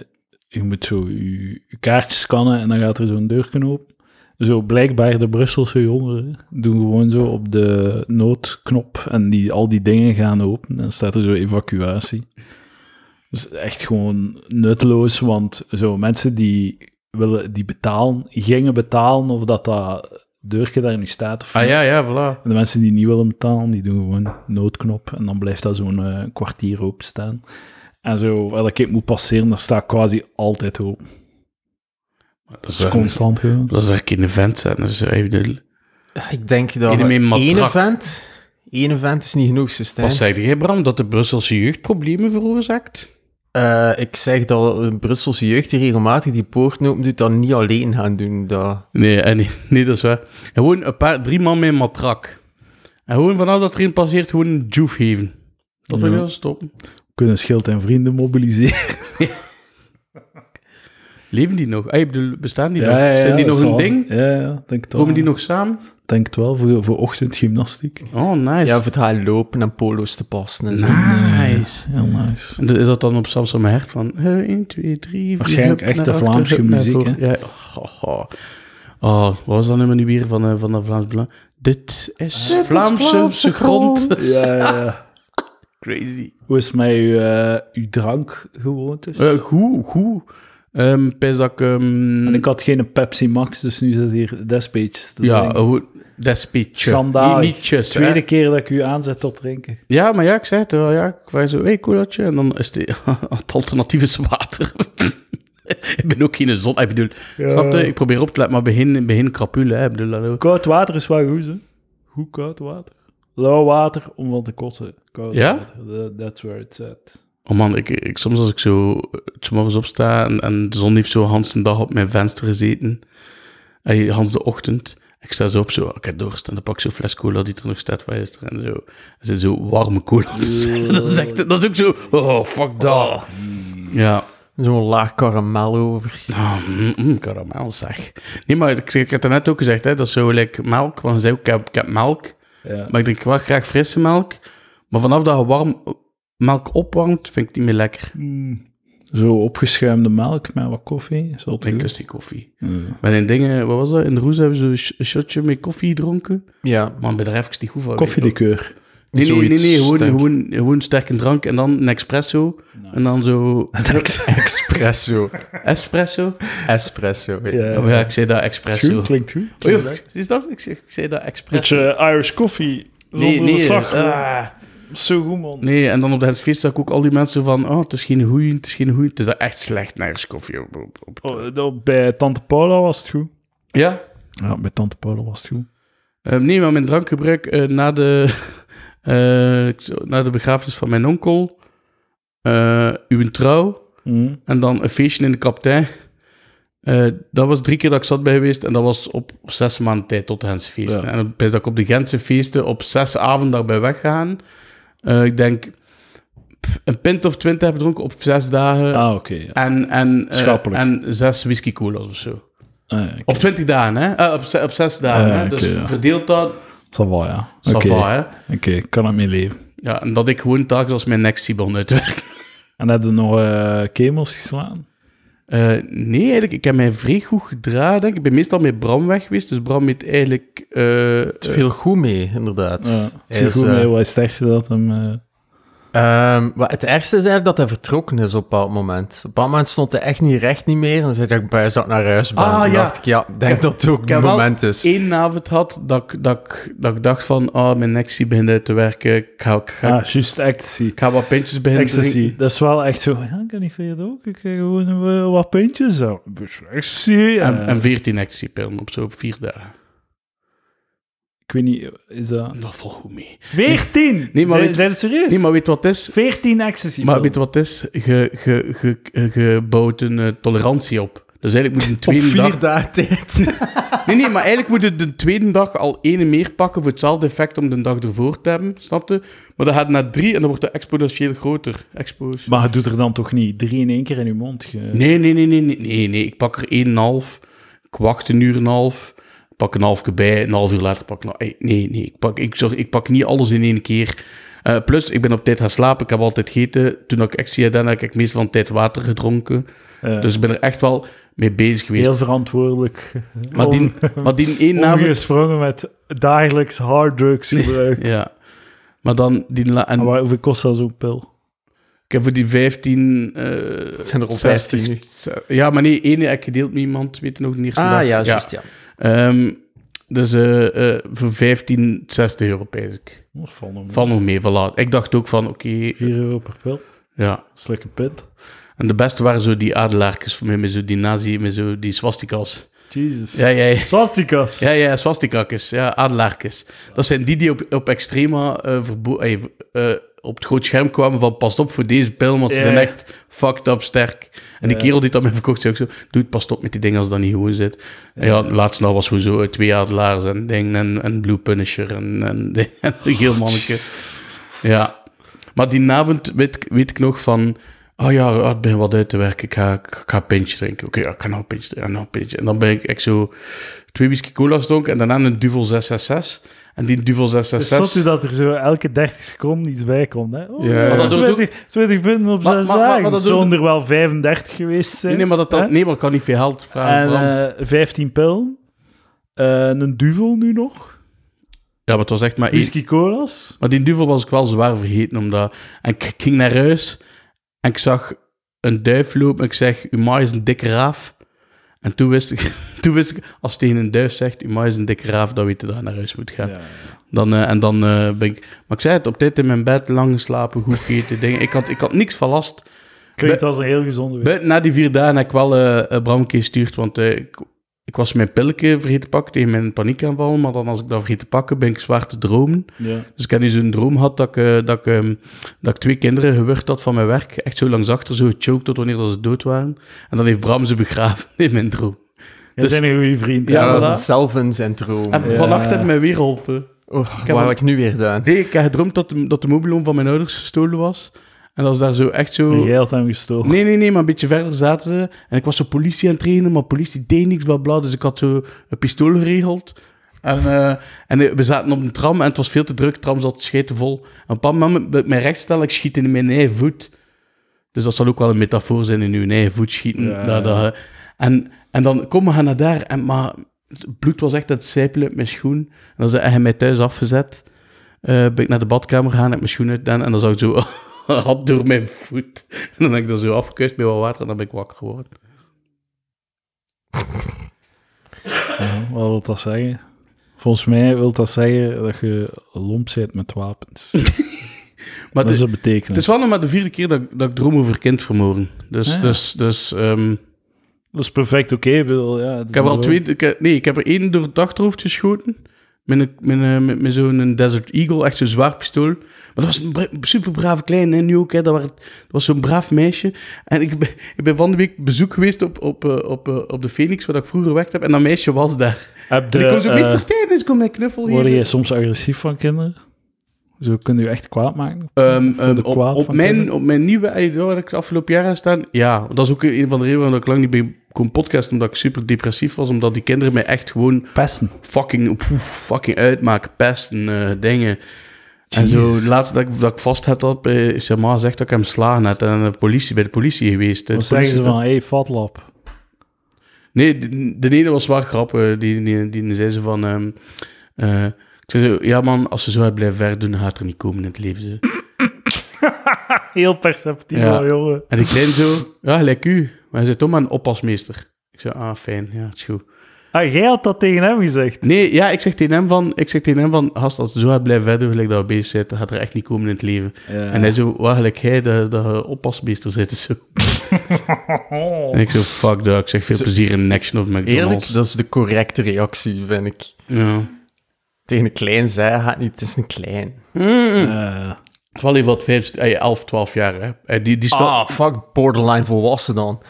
Speaker 1: je moet zo je, je kaartje scannen en dan gaat er zo'n deurknop. open. Zo blijkbaar de Brusselse jongeren doen gewoon zo op de noodknop en die, al die dingen gaan open. En dan staat er zo evacuatie. Dus echt gewoon nutteloos, want zo mensen die, willen, die betalen, gingen betalen of dat dat deurje daar nu staat of
Speaker 2: Ah
Speaker 1: niet.
Speaker 2: ja, ja, voilà.
Speaker 1: En de mensen die niet willen betalen, die doen gewoon noodknop. En dan blijft dat zo'n eh, kwartier openstaan. En zo, welke keer ik moet passeren, dat staat quasi altijd open.
Speaker 2: Dat
Speaker 1: Dat
Speaker 2: is,
Speaker 1: is constant gewoon.
Speaker 2: dat is echt een event zijn. Dus, hey, de-
Speaker 3: Ik denk dat
Speaker 2: Iedereen
Speaker 3: één
Speaker 2: matrak.
Speaker 3: vent... Eén event is niet genoeg, ze Stijn.
Speaker 2: Wat zei jij, Bram, dat de Brusselse jeugd problemen veroorzaakt?
Speaker 3: Eh, ik zeg dat de Brusselse jeugd die regelmatig die poort open doet, dat niet alleen gaan doen. Dat...
Speaker 2: Nee, eh, nee, *laughs* nee, dat is waar. En gewoon een paar, drie man met een matrak. En gewoon vanaf dat er een passeert, gewoon een juve geven. Dat wil
Speaker 1: Ja.
Speaker 2: je wel stoppen.
Speaker 1: Kunnen schild en vrienden mobiliseren.
Speaker 2: Leven die nog? Ah, je bedoelt, bestaan die
Speaker 1: Ja,
Speaker 2: nog?
Speaker 1: ja, ja,
Speaker 2: Zijn die
Speaker 1: dat
Speaker 2: nog een
Speaker 1: zal.
Speaker 2: ding?
Speaker 1: Ja, ja, denk het wel.
Speaker 2: Komen die nog samen?
Speaker 1: Denk het wel, voor, voor ochtendgymnastiek.
Speaker 2: Oh, nice.
Speaker 3: Ja, voor het gaan lopen en polo's te passen en zo.
Speaker 2: nice.
Speaker 1: Heel nice.
Speaker 2: En Is dat dan op Samsung mijn hert van 1, 2, 3,
Speaker 1: Waarschijnlijk echt de Vlaamse muziek,
Speaker 2: Ja. Oh, oh. Oh, wat was dat nummer nu weer van, eh, van de Vlaams Belang? Dit is Vlaamse,
Speaker 3: Vlaamse
Speaker 2: grond.
Speaker 3: grond.
Speaker 2: *laughs*
Speaker 1: Ja, ja, ja.
Speaker 2: Crazy.
Speaker 1: *laughs* Hoe is het met uw, eh, uw drankgewoontes?
Speaker 2: Eh, goed, goed. Ehm pijs dat ik... ehm,
Speaker 1: En ik had geen Pepsi Max, dus nu zit hier Despeaches te
Speaker 2: ja,
Speaker 1: drinken.
Speaker 2: goed. Dat is pietje.
Speaker 1: Schandalig.
Speaker 2: Niet, niet tjes,
Speaker 1: Tweede
Speaker 2: hè.
Speaker 1: keer dat ik u aanzet tot drinken.
Speaker 2: Ja, maar ja, ik zei het wel. Ja, ik was zo, hey, colaatje. En dan is het, *laughs* het alternatief is water. *laughs* ik ben ook geen zon. Ik bedoel, snap je? Ik probeer op te letten, maar begin, begin krapule. Hè. Ik bedoel, hallo.
Speaker 1: Koud water is wel goed, hè? Goed koud water. Lauw water om van te kotsen. Koud
Speaker 2: Ja?
Speaker 1: water. That- that's where it's at.
Speaker 2: Oh man, ik, ik, soms als ik zo eh, 's morgens opsta en, en de zon heeft zo Hans een dag op mijn venster gezeten. Hey, Hans de ochtend. Ik sta zo op, zo, ik heb dorst. En dan pak ik zo'n fles cola die er nog staat van gisteren. En zo. Er zit zo warme cola. *laughs* tussen. dat, is echt, dat is ook zo, oh, fuck dat. Ja.
Speaker 3: Zo'n laag karamello over.
Speaker 2: Ah, mm, mm, karamel zeg. Nee, maar ik, zeg- ik heb het net ook gezegd, hè, dat is zo like, melk. Want je zei ook, ik heb, ik heb melk.
Speaker 1: Ja.
Speaker 2: Maar ik drink wel graag frisse melk. Maar vanaf dat je warm, melk opwarmt, vind ik het niet meer lekker.
Speaker 1: Zo opgeschuimde melk met wat koffie. Zo
Speaker 2: Ik drink dus die koffie. Maar in dingen, wat was dat? In de Roes hebben ze een sh- een shotje met koffie gedronken. *laughs*
Speaker 3: Ja,
Speaker 2: Man, bij de ref is die goed van. weet ik
Speaker 1: Koffielikeur.
Speaker 2: ook. Nee, nee, nee,
Speaker 3: Zoiets,
Speaker 2: nee, gewoon,
Speaker 3: denk ik.
Speaker 2: gewoon, gewoon sterke drank en dan een espresso. En dan zo
Speaker 3: espresso.
Speaker 2: espresso. Oh
Speaker 3: Espresso.
Speaker 1: Oh Ja,
Speaker 2: Ja, maar ja, ik zei dat espresso.
Speaker 1: Goed, klinkt goed.
Speaker 2: Oh,
Speaker 1: Klinkt
Speaker 2: joh,
Speaker 1: lekker.
Speaker 2: is dat? Ik zei, ik zei dat espresso.
Speaker 1: Beetje eh, Irish koffie.
Speaker 2: Nee,
Speaker 1: zonder
Speaker 2: nee,
Speaker 1: slag.
Speaker 2: ah.
Speaker 1: Zo goed, man.
Speaker 2: Nee, en dan op het feest zag ik ook al die mensen van... Oh, het is geen goeie, het is geen goeie. Het is echt slecht naar koffie. Op, op, op.
Speaker 1: Oh, dat- bij Tante Paula was het goed.
Speaker 2: Ja?
Speaker 1: Ja, bij Tante Paula was het goed.
Speaker 2: Ehm, nee, maar mijn drankgebruik eh, na, de, *laughs* eh, ik zou- na de begrafenis van mijn onkel... eh, uw trouw
Speaker 1: Mhm.
Speaker 2: en dan een feestje in de kaptein. Eh, dat was drie keer dat ik zat bij geweest. En dat was op, op zes maanden tijd tot Gens feesten.
Speaker 1: Ja.
Speaker 2: En op, dat ik op de Gentse feesten op zes avonden daarbij weggaan. Eh, ik denk... pff, Een pint of twintig heb ik gedronken op zes dagen.
Speaker 1: Ah, oké. ja.
Speaker 2: En, en, eh,
Speaker 1: Schappelijk.
Speaker 2: en zes whisky coolers of zo.
Speaker 1: Ah, ja, oké.
Speaker 2: Op 20 dagen, hè? Eh, op, ze- op zes dagen.
Speaker 1: Ah,
Speaker 2: hè?
Speaker 1: oké,
Speaker 2: Dus
Speaker 1: ja.
Speaker 2: verdeeld dat.
Speaker 1: Ça va, ja.
Speaker 2: ça
Speaker 1: Oké,
Speaker 2: va, hè?
Speaker 1: Oké, ik kan het mee leven.
Speaker 2: Ja, en dat ik gewoon taken als mijn next Sibon uitwerk.
Speaker 1: En heb je nog eh kemels geslaan?
Speaker 2: Eh, nee, eigenlijk, ik heb mij vrij goed gedragen. Denk ik. ik ben meestal met Bram weg geweest. Dus Bram heeft eigenlijk. eh,
Speaker 3: Het viel goed mee, inderdaad.
Speaker 1: Ja,
Speaker 3: Hij
Speaker 1: het viel
Speaker 3: is,
Speaker 1: goed
Speaker 3: eh,
Speaker 1: mee, wat is het ergste dat hem... eh,
Speaker 3: Ehm, maar het ergste is eigenlijk dat hij vertrokken is op een bepaald moment. Op een bepaald moment stond hij echt niet recht niet meer. En dan zei ik, bij zat naar huis ben.
Speaker 2: Ah,
Speaker 3: Dan
Speaker 2: ja.
Speaker 3: dacht ik, ja, denk
Speaker 2: heb-
Speaker 3: dat het ook
Speaker 2: ik heb
Speaker 3: het
Speaker 2: wel
Speaker 3: moment is.
Speaker 2: één avond had dat ik, dat ik, dat ik dacht van, ah, mijn nextie begint uit te werken. Ik ga, ik ga,
Speaker 1: ah, juist, ecstasy.
Speaker 2: ik ga wat pintjes beginnen te
Speaker 1: Ecstasy,
Speaker 2: drinken.
Speaker 1: dat is wel echt zo... Ja, ik kan niet veel ook, ik krijg gewoon eh, wat pintjes. zo. Dus Ecstasy. eh,
Speaker 2: En, en 14 ecstasy-pillen op zo op vier dagen.
Speaker 1: ik weet niet, is dat...
Speaker 2: Dat valt goed mee.
Speaker 1: 14!
Speaker 2: Nee, maar
Speaker 1: zijn,
Speaker 2: weet-
Speaker 1: zijn het serieus?
Speaker 2: Nee, maar weet wat het is?
Speaker 1: 14 ecstasy.
Speaker 2: Maar
Speaker 1: man.
Speaker 2: weet je wat het is? Je, je, je, je, je bouwt een eh, tolerantie op. Dus eigenlijk moet je de
Speaker 3: Op
Speaker 2: tweede dag...
Speaker 3: vier dagen tijd.
Speaker 2: Nee, nee, maar eigenlijk moet je de tweede dag al ene meer pakken voor hetzelfde effect om de dag ervoor te hebben, snap je? Maar dat gaat naar drie en dan wordt het exponentieel groter. Expos.
Speaker 1: Maar je doet er dan toch niet drie in één keer in je mond? Je-
Speaker 2: Nee, nee, nee, nee, nee, nee, nee. Ik pak er één en een half. Ik wacht een uur en een half. Ik pak een halfje bij. Een half uur later pak ik nog... eh, Nee, nee. Ik pak, ik, zorg, ik pak niet alles in één keer. Eh, plus, ik ben op tijd gaan slapen. Ik heb altijd gegeten. Toen ik actie had, gedaan, heb ik meestal van tijd water gedronken.
Speaker 1: Eh,
Speaker 2: Dus ik ben er echt wel mee bezig geweest.
Speaker 1: heel verantwoordelijk.
Speaker 2: maar, die, maar die één avond...
Speaker 1: Omgesprongen met dagelijks harddrugs gebruik.
Speaker 2: Ja. Maar dan die... La, *laughs* en
Speaker 1: Maar hoeveel kost dat zo'n pil?
Speaker 2: ik heb voor die 15... eh
Speaker 3: *laughs* Het zijn er al
Speaker 2: 60.
Speaker 3: 15 nu.
Speaker 2: Ja, maar nee. één heb ik gedeeld met iemand. Weet je nog, de eerste dag.
Speaker 3: Ah, Ah, ja, juist, ja.
Speaker 2: Ehm, dus eh, eh, voor 15, 60 euro, pijs ik.
Speaker 1: Dat Oh, valt nog mee.
Speaker 2: Val nog mee, voilà. Ik dacht ook van, oké,
Speaker 1: 4 euro per pil.
Speaker 2: ja.
Speaker 1: Dat is lekker pint.
Speaker 2: En de beste waren zo die adelaarkes voor mij, met zo die nazi, met zo die swastikas.
Speaker 1: Jesus.
Speaker 2: Ja, ja, ja.
Speaker 1: Swastikas.
Speaker 2: Ja, ja, swastikakjes, ja, adelaarkjes. Dat zijn die die op, op Extrema eh, verbo- eh, v- eh, op het groot scherm kwamen van pas op voor deze pil, want ze
Speaker 1: Ja.
Speaker 2: zijn echt fucked up sterk. En die
Speaker 1: Ja.
Speaker 2: kerel die dat mij verkocht, zei ook zo, doe het pas op met die dingen als dat niet gewoon zit. En ja, het laatste nou was gewoon zo, eh, twee adelaars en ding, en, en Blue Punisher en, en, *laughs* de, en de geel manneke. Ja. Maar die avond weet, weet ik nog van... Oh ja, ah, ik ben wat uit te werken. Ik ga, ik ga een pintje drinken. Oké, ja, ik ga nog een pintje drinken. nog een pintje. En dan ben ik echt zo twee whisky cola's dronken en daarna een Duvel 666. En die Duvel
Speaker 1: Het is zot Dus u
Speaker 2: 666...
Speaker 1: dat er zo elke 30 seconden iets bij komt. Hè? Oh,
Speaker 3: Ja. Maar
Speaker 2: dat doet
Speaker 1: 20, 20 punten op
Speaker 2: Maar-
Speaker 1: 6
Speaker 2: maar- maar- maar
Speaker 1: dagen.
Speaker 2: dat
Speaker 1: Dat
Speaker 2: doet-
Speaker 1: Zo'n er wel 35 geweest zijn.
Speaker 2: Nee, nee, maar dat, dat,
Speaker 1: Hè?
Speaker 2: nee, maar ik kan niet veel geld vragen.
Speaker 1: en
Speaker 2: Bram.
Speaker 1: eh 15 pillen. Eh, een duvel nu nog.
Speaker 2: ja, maar het was echt maar één.
Speaker 1: Whisky colas.
Speaker 2: Maar die Duvel was ik wel zwaar vergeten. Omdat... En ik ging naar huis en ik zag een duif lopen. Ik zeg, uw ma is een dikke raaf. En toen wist ik, *laughs* toen wist ik als tegen een duif zegt, uw ma is een dikke raaf, dan weet je dat je naar huis moet gaan. Dan, eh, en dan eh, ben ik... Maar ik zei het, op tijd in mijn bed, lang geslapen, goed gegeten, *laughs* dingen. Ik had, ik had niks van last.
Speaker 1: Klinkt als een heel gezonde week.
Speaker 2: Buiten na die vier dagen heb ik wel eh eh, Bram een keer gestuurd, want eh, ik, ik was mijn pilletje vergeten te pakken tegen mijn paniekaanval. Maar dan als ik dat vergeten te pakken, ben ik zwaar te dromen.
Speaker 1: Ja.
Speaker 2: Dus ik had nu zo'n droom gehad dat ik, eh, dat, ik, ehm, dat ik twee kinderen gewurgd had van mijn werk. Echt zo langs achter, zo gechoked tot wanneer dat ze dood waren. En dan heeft Bram ze begraven *laughs* in mijn droom.
Speaker 1: Jij
Speaker 2: Dus-
Speaker 1: zijn een goede vriend. hè?
Speaker 2: Ja,
Speaker 3: Ja,
Speaker 2: voilà.
Speaker 3: dat is zelf een syndroom.
Speaker 2: En
Speaker 1: Ja.
Speaker 2: vannacht heb ik mij weer geholpen.
Speaker 3: Oh,
Speaker 2: heb
Speaker 3: wat
Speaker 2: een-
Speaker 3: heb ik nu weer gedaan?
Speaker 2: Nee, ik heb gedroomd dat de, dat de mobiloom van mijn ouders gestolen was. En dat ze daar zo echt zo...
Speaker 1: En jij had hem gestolen.
Speaker 2: Nee, nee, nee, maar een beetje verder zaten ze. En ik was zo politie aan het trainen, maar politie deed niks, bla bla. Dus ik had zo een pistool geregeld. En, eh, en eh, we zaten op een tram en het was veel te druk. De tram zat schetenvol. En op een bepaald moment met mijn rechtstel, ik schiet in mijn eigen voet. Dus dat zal ook wel een metafoor zijn, in uw eigen voet schieten.
Speaker 1: Ja.
Speaker 2: Dat, dat, eh, en, en dan kom we gaan naar daar. En, maar het bloed was echt aan het sijpelen uit mijn schoen. En dan zei hij mij thuis afgezet. Eh, ben ik naar de badkamer gegaan, heb mijn schoen uitgedaan. En dan zag ik zo *laughs* een hand door mijn voet. *laughs* En dan heb ik dat zo afgekust met wat water en dan ben ik wakker geworden.
Speaker 1: Ja, wat wil dat zeggen? Volgens mij wil dat zeggen dat je lomp bent met wapens. dat
Speaker 2: Maar het
Speaker 1: is
Speaker 2: is,
Speaker 1: dat betekenen.
Speaker 2: het is wel nog maar de vierde keer dat, ik- dat ik droom over kindvermogen. Dus,
Speaker 1: Ah, ja.
Speaker 2: dus, dus ehm,
Speaker 1: Dat is perfect oké. ik bedoel, ja,
Speaker 2: ik heb al twee... ik heb- nee, ik heb er één door het achterhoofd geschoten. Met, een, met, een- met, met zo'n Desert Eagle, echt zo'n zwaar pistool. Maar dat was een bra- superbrave kleine, hè, nu ook. Hè, dat, waren, dat was zo'n braaf meisje. En ik ben, *laughs* ik ben van de week bezoek geweest op, op, eh, op, eh, op de Phoenix, waar ik vroeger werkt heb. En dat meisje was daar.
Speaker 1: Heb
Speaker 2: en ik kwam zo,
Speaker 1: eh,
Speaker 2: meester Stijn, eens kom mijn knuffel hier.
Speaker 1: Word jij soms agressief van kinderen? Zo kunnen je echt kwaad maken.
Speaker 2: Ehm,
Speaker 1: Voor
Speaker 2: ehm,
Speaker 1: de
Speaker 2: op,
Speaker 1: kwaad
Speaker 2: op
Speaker 1: van
Speaker 2: mijn,
Speaker 1: kinderen?
Speaker 2: op mijn nieuwe eigen waar ik het afgelopen jaar aan staan, ja, dat is ook een van de redenen waarom ik lang niet bij kon podcasten, omdat ik super depressief was, omdat die kinderen mij echt gewoon
Speaker 1: Pesten.
Speaker 2: fucking, poef, fucking uitmaken, pesten, eh, dingen. En zo, laatst dat ik, dat ik vast had, dat eh, zijn ma zegt dat ik hem slagen had en de politie, bij de politie geweest. De
Speaker 1: Dan
Speaker 2: politie
Speaker 1: zeggen ze van, hé, hey, fatlap.
Speaker 2: Nee, de, de ene was wel grappig. Die, die, die zei ze van... ehm, eh, ik zei zo, ja man, als ze zo uit blijven verder doen, dan gaat het er niet komen in het leven. Ze.
Speaker 1: Heel perceptief,
Speaker 2: Ja.
Speaker 1: hoor, jongen.
Speaker 2: En ik klein zo, ja, gelijk u. Maar hij zei toch maar een oppasmeester. Ik zei, ah, fijn, ja, het is goed.
Speaker 1: Ah, jij had dat tegen hem gezegd.
Speaker 2: Nee, ja, ik zeg tegen hem van, ik zeg tegen hem van, gast, als het zo hard blijft verder, gelijk dat we bezig zijn, dan gaat er echt niet komen in het leven. En hij zo, waar gelijk hij, dat, dat je oppasmeester zit,
Speaker 3: *laughs*
Speaker 2: zo. En ik zo, fuck dat, ik zeg veel
Speaker 3: Zo-
Speaker 2: plezier in Action of McDonald's.
Speaker 3: Eerlijk, dat is de correcte reactie, vind ik.
Speaker 2: Ja.
Speaker 3: Tegen een klein zei "Ah, gaat niet, het is een klein.
Speaker 1: Eh,
Speaker 2: Het was wel even wat vijf, eh, elf, twaalf jaar, hè. Eh, Die, die sta-
Speaker 3: Ah, fuck, borderline volwassen dan.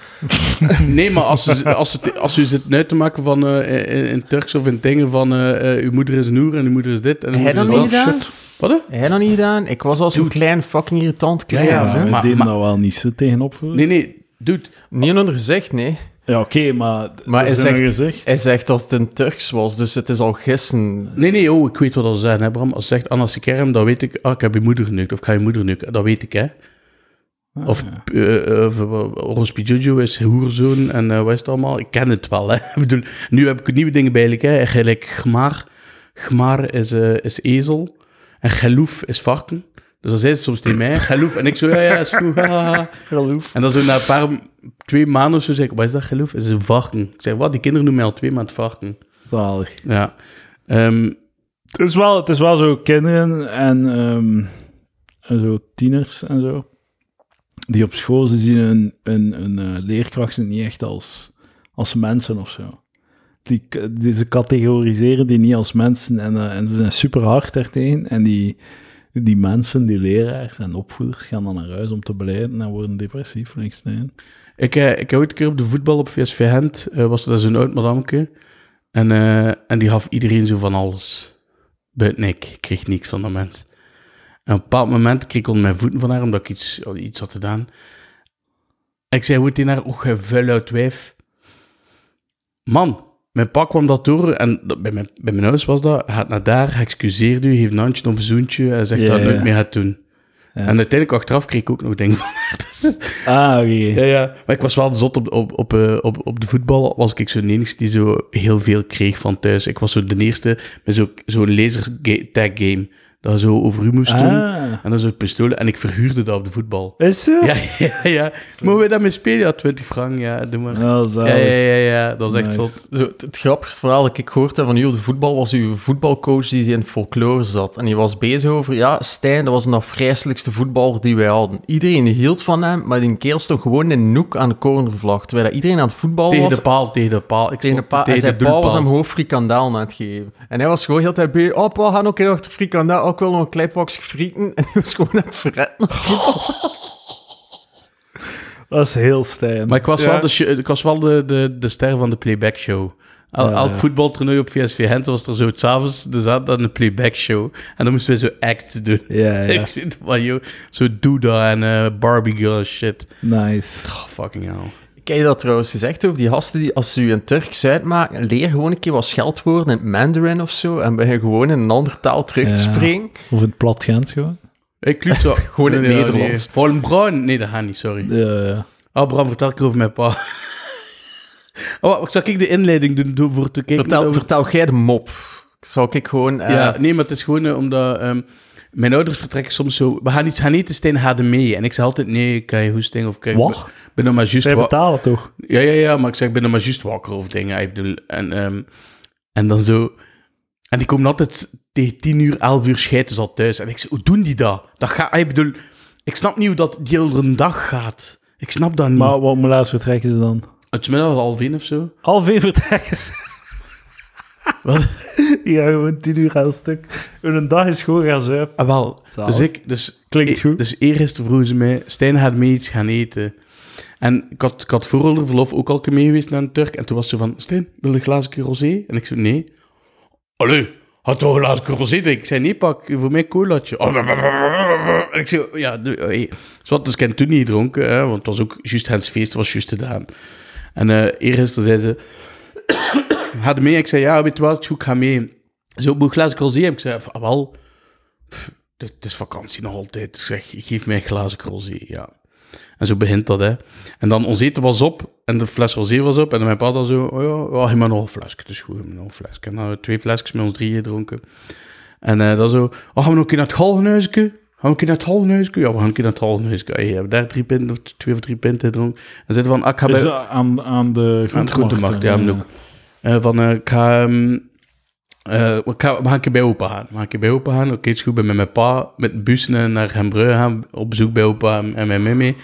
Speaker 2: Nee, maar als, ze- als, het, als u zit uit te maken van eh, in, in Turks of in dingen van eh, eh, uw moeder is een hoer en uw moeder is dit en uw
Speaker 3: Hij
Speaker 2: moeder
Speaker 3: dat
Speaker 2: is
Speaker 3: niet
Speaker 2: dat. Oh,
Speaker 3: gedaan?
Speaker 2: Wat, hè?
Speaker 3: Hij dat niet gedaan? Ik was als een klein fucking irritant klein.
Speaker 2: Ja,
Speaker 1: ja,
Speaker 2: zeg
Speaker 1: we
Speaker 2: maar-
Speaker 1: deden
Speaker 2: maar-
Speaker 1: daar wel niet zo tegenop. hoor.
Speaker 2: Nee, nee, dude.
Speaker 3: Niet onder gezicht, nee.
Speaker 1: Ja, oké, maar...
Speaker 3: Maar
Speaker 1: dat
Speaker 3: hij
Speaker 1: is een
Speaker 3: zegt,
Speaker 1: gezicht.
Speaker 3: hij zegt dat het een Turks was, dus het is al gissen.
Speaker 2: Nee, nee, oh, ik weet wat dat ze zeggen, hè, Bram. Als ze zegt Anna Sikerm, dan weet ik, ah, ik heb je moeder geneukt, of ik ga je moeder neuken. Dat weet ik, hè. Of eh, of, eh, Oros Pijojo is hoerzoon en eh wat is het allemaal? Ik ken het wel, hè. *laughs* Ik bedoel, nu heb ik nieuwe dingen bij, like, hè. Gelijk gmaar. Gmaar is, eh, is ezel. En geloef is varken. Dus dan zei ze soms tegen mij, geloef. En ik zo, ja, ja, is goed, ha, ha, ha.
Speaker 1: Geloof.
Speaker 2: En dan zo na een paar, twee maanden of zo zeg ik, wat is dat geloof? Het is een varken. Ik zeg, wat? Die kinderen noemen mij al twee maanden varken.
Speaker 1: Zalig.
Speaker 2: Ja. Ehm,
Speaker 1: Het is wel, het is wel zo kinderen en, ehm, en zo tieners en zo. Die op school ze zien een, een, een eh, leerkracht niet echt als, als mensen of zo. Die, k- die, ze categoriseren die niet als mensen en, eh, en ze zijn super hard daartegen. En die, die mensen, die leraars en opvoeders gaan dan naar huis om te beleiden en worden depressief. links Stijn.
Speaker 2: Ik, eh, ik heb ooit een keer op de voetbal op VSV Gent, eh, was er zo'n oud madamke. En, eh, en die gaf iedereen zo van alles. Buiten ik, ik kreeg niks van dat mens. En op een bepaald moment kreeg ik onder mijn voeten van haar, omdat ik iets, oh, iets had gedaan. Ik zei goed tegen haar, och, je vuil uit wijf. Man, mijn pak kwam dat door en dat- bij, mijn, bij mijn huis was dat. Hij Gaat naar daar, hij excuseert u, geeft een handje of een zoentje en zegt
Speaker 1: Ja,
Speaker 2: dat hij
Speaker 1: ja.
Speaker 2: nooit meer gaat doen.
Speaker 1: Ja.
Speaker 2: En uiteindelijk achteraf kreeg ik ook nog dingen van haar. Dus-
Speaker 1: Ah, oké.
Speaker 2: ja, ja. Maar ik was wel zot op, op, op, eh, op, op de voetbal. Was ik zo de enige die zo heel veel kreeg van thuis. Ik was zo de eerste met zo- zo'n laser ga- tag game. Dat je zo over u moest doen.
Speaker 1: Ah,
Speaker 2: En dan zo pistolen. En ik verhuurde dat op de voetbal.
Speaker 1: is zo?
Speaker 2: Ja, ja, ja. Mogen we daarmee spelen? Ja, 20 frank. Ja, doe maar.
Speaker 1: Oh, zalig.
Speaker 2: Ja, ja, ja, ja. Dat is echt
Speaker 1: Nice.
Speaker 2: zot.
Speaker 3: Zo, het, het grappigste verhaal dat ik gehoord heb van u op de voetbal was uw voetbalcoach die in folklore zat. En die was bezig over, ja, Stijn, dat was een afgrijselijkste voetballer die wij hadden. Iedereen hield van hem, maar die kerel stond gewoon in een noek aan de cornervlag. Terwijl dat iedereen aan het voetbal
Speaker 2: Tegen
Speaker 3: was.
Speaker 2: de paal, tegen de paal. Ik
Speaker 3: tegen de
Speaker 2: stond
Speaker 3: pa en
Speaker 2: tegen
Speaker 3: zijn
Speaker 2: de
Speaker 3: pa was
Speaker 2: doelpaal.
Speaker 3: hem hoofd frikandaal aan het geven. En hij was gewoon heel de tijd bij, oh pa, ga nog een keer achter frikandaal, ook wel nog een klein pakje frieten. *laughs* En hij was gewoon aan het verretten.
Speaker 1: Dat is heel Stijn.
Speaker 2: Maar ik was
Speaker 3: Ja.
Speaker 2: wel, de, sh- ik was wel de, de, de ster van de playback show. El,
Speaker 1: Ja,
Speaker 2: elk
Speaker 1: ja.
Speaker 2: voetbaltoernooi op VSV Gent was er zo s'avonds, dus had dan een playback show. En dan moesten we zo acts doen.
Speaker 1: Ja, ja.
Speaker 2: *laughs* Ik vind het wel, joh. Zo Duda en eh Barbie Girl en shit.
Speaker 1: Nice.
Speaker 2: Oh, fucking hell.
Speaker 3: Ik heb je dat trouwens gezegd over die gasten die, als ze u in Turks uitmaken, leer gewoon een keer wat scheldwoorden in het Mandarin of zo en begin gewoon in een andere taal terug te
Speaker 1: Ja.
Speaker 3: springen.
Speaker 1: Of in het plat Gent gewoon.
Speaker 2: Ik liep zo...
Speaker 3: Gewoon in
Speaker 2: Nee, nee,
Speaker 3: Nederlands.
Speaker 2: Nee. Volm Bruin? Nee, dat gaat niet, sorry.
Speaker 1: Ja, ja.
Speaker 2: Oh, Bram, vertel ik over mijn pa. *laughs* Oh, zal ik de inleiding doen doen voor te kijken?
Speaker 3: Vertel,
Speaker 2: over-
Speaker 3: vertel jij de mop. Zal ik gewoon... eh,
Speaker 2: Ja, nee, maar het is gewoon eh, omdat... ehm, mijn ouders vertrekken soms zo... We gaan iets gaan eten, Stijn, ga er mee. En ik zeg altijd, nee, ik ga je hoesting of... Kijk,
Speaker 1: Wat?
Speaker 2: Ik ben nog maar juist...
Speaker 1: Zij
Speaker 2: wa-
Speaker 1: betalen toch?
Speaker 2: Dus Ja, ja, ja, maar ik zeg, ik ben nog maar juist wakker over dingen. Ik bedoel, en, ehm, en dan zo... En die komen altijd tegen 10 uur, 11 uur scheiden ze al thuis. En ik zeg, hoe doen die dat? Dat ga, ik bedoel, ik snap niet hoe dat die hele een dag gaat. Ik snap dat niet. Maar,
Speaker 1: Maar wat moet laatst vertrekken ze dan?
Speaker 2: het is middag half één of zo.
Speaker 1: Half één vertrekken ze.
Speaker 2: *laughs* Wat?
Speaker 1: Die gaan gewoon tien uur aan stuk. En een dag is gewoon gaan zuipen.
Speaker 2: Ah, wel.
Speaker 1: Zalig.
Speaker 2: Dus ik... Dus,
Speaker 1: Klinkt
Speaker 2: e-
Speaker 1: goed.
Speaker 2: Dus eergisteren vroegen ze mij, Stijn gaat mee iets gaan eten. En ik had, ik had voor onder verlof ook al een keer mee geweest naar een Turk. En toen was ze van, Stijn, wil je een glaasje rosé? En ik zei, nee. Allee, had toch een glaasje rosé drinken? Ik zei, nee pak, voor mij een colaatje. Oh, En ik zei, ja, doe- hey. Zwat, dus ik heb toen niet gedronken, hè, want het was ook juist Hens feest, was juist gedaan. En eh eergisteren zei ze, *coughs* ga je mee? Ik zei, ja, weet je wel, het is goed, ik ga mee. Zo, moet je een glaasje rosé? hebben? Ik zei, ah, wel... Het het is vakantie nog altijd. Ik zeg, geef mij een glazen rosé, ja. En zo begint dat, hè. En dan, ons eten was op en de fles rosé was op. En dan mijn pa dan zo, oh ja, ja, geef maar nog een flesje. Het is goed, geef maar nog een flesje. En dan hebben we twee flesjes met ons drieën gedronken. En eh, dan zo, oh, gaan we nog een keer naar het galgenhuisje? Gaan we een keer naar het galgenhuisje? Ja, we gaan een keer naar het galgenhuisje. Hey, hebben we daar drie pinten, of twee of drie pinten gedronken. En zitten van, ah, ik ga bij-
Speaker 1: Is dat aan, aan de
Speaker 2: aan de groentemarkt, ja,
Speaker 1: eh,
Speaker 2: ook. Eh, van, eh, ik ga... ehm, eh, ik ga- we gaan een keer bij opa gaan. We gaan een keer bij opa gaan. Oké, het is goed. Ik ben met mijn pa met de bus naar- naar Hembreu gaan. Op bezoek bij opa en en mijn mimi.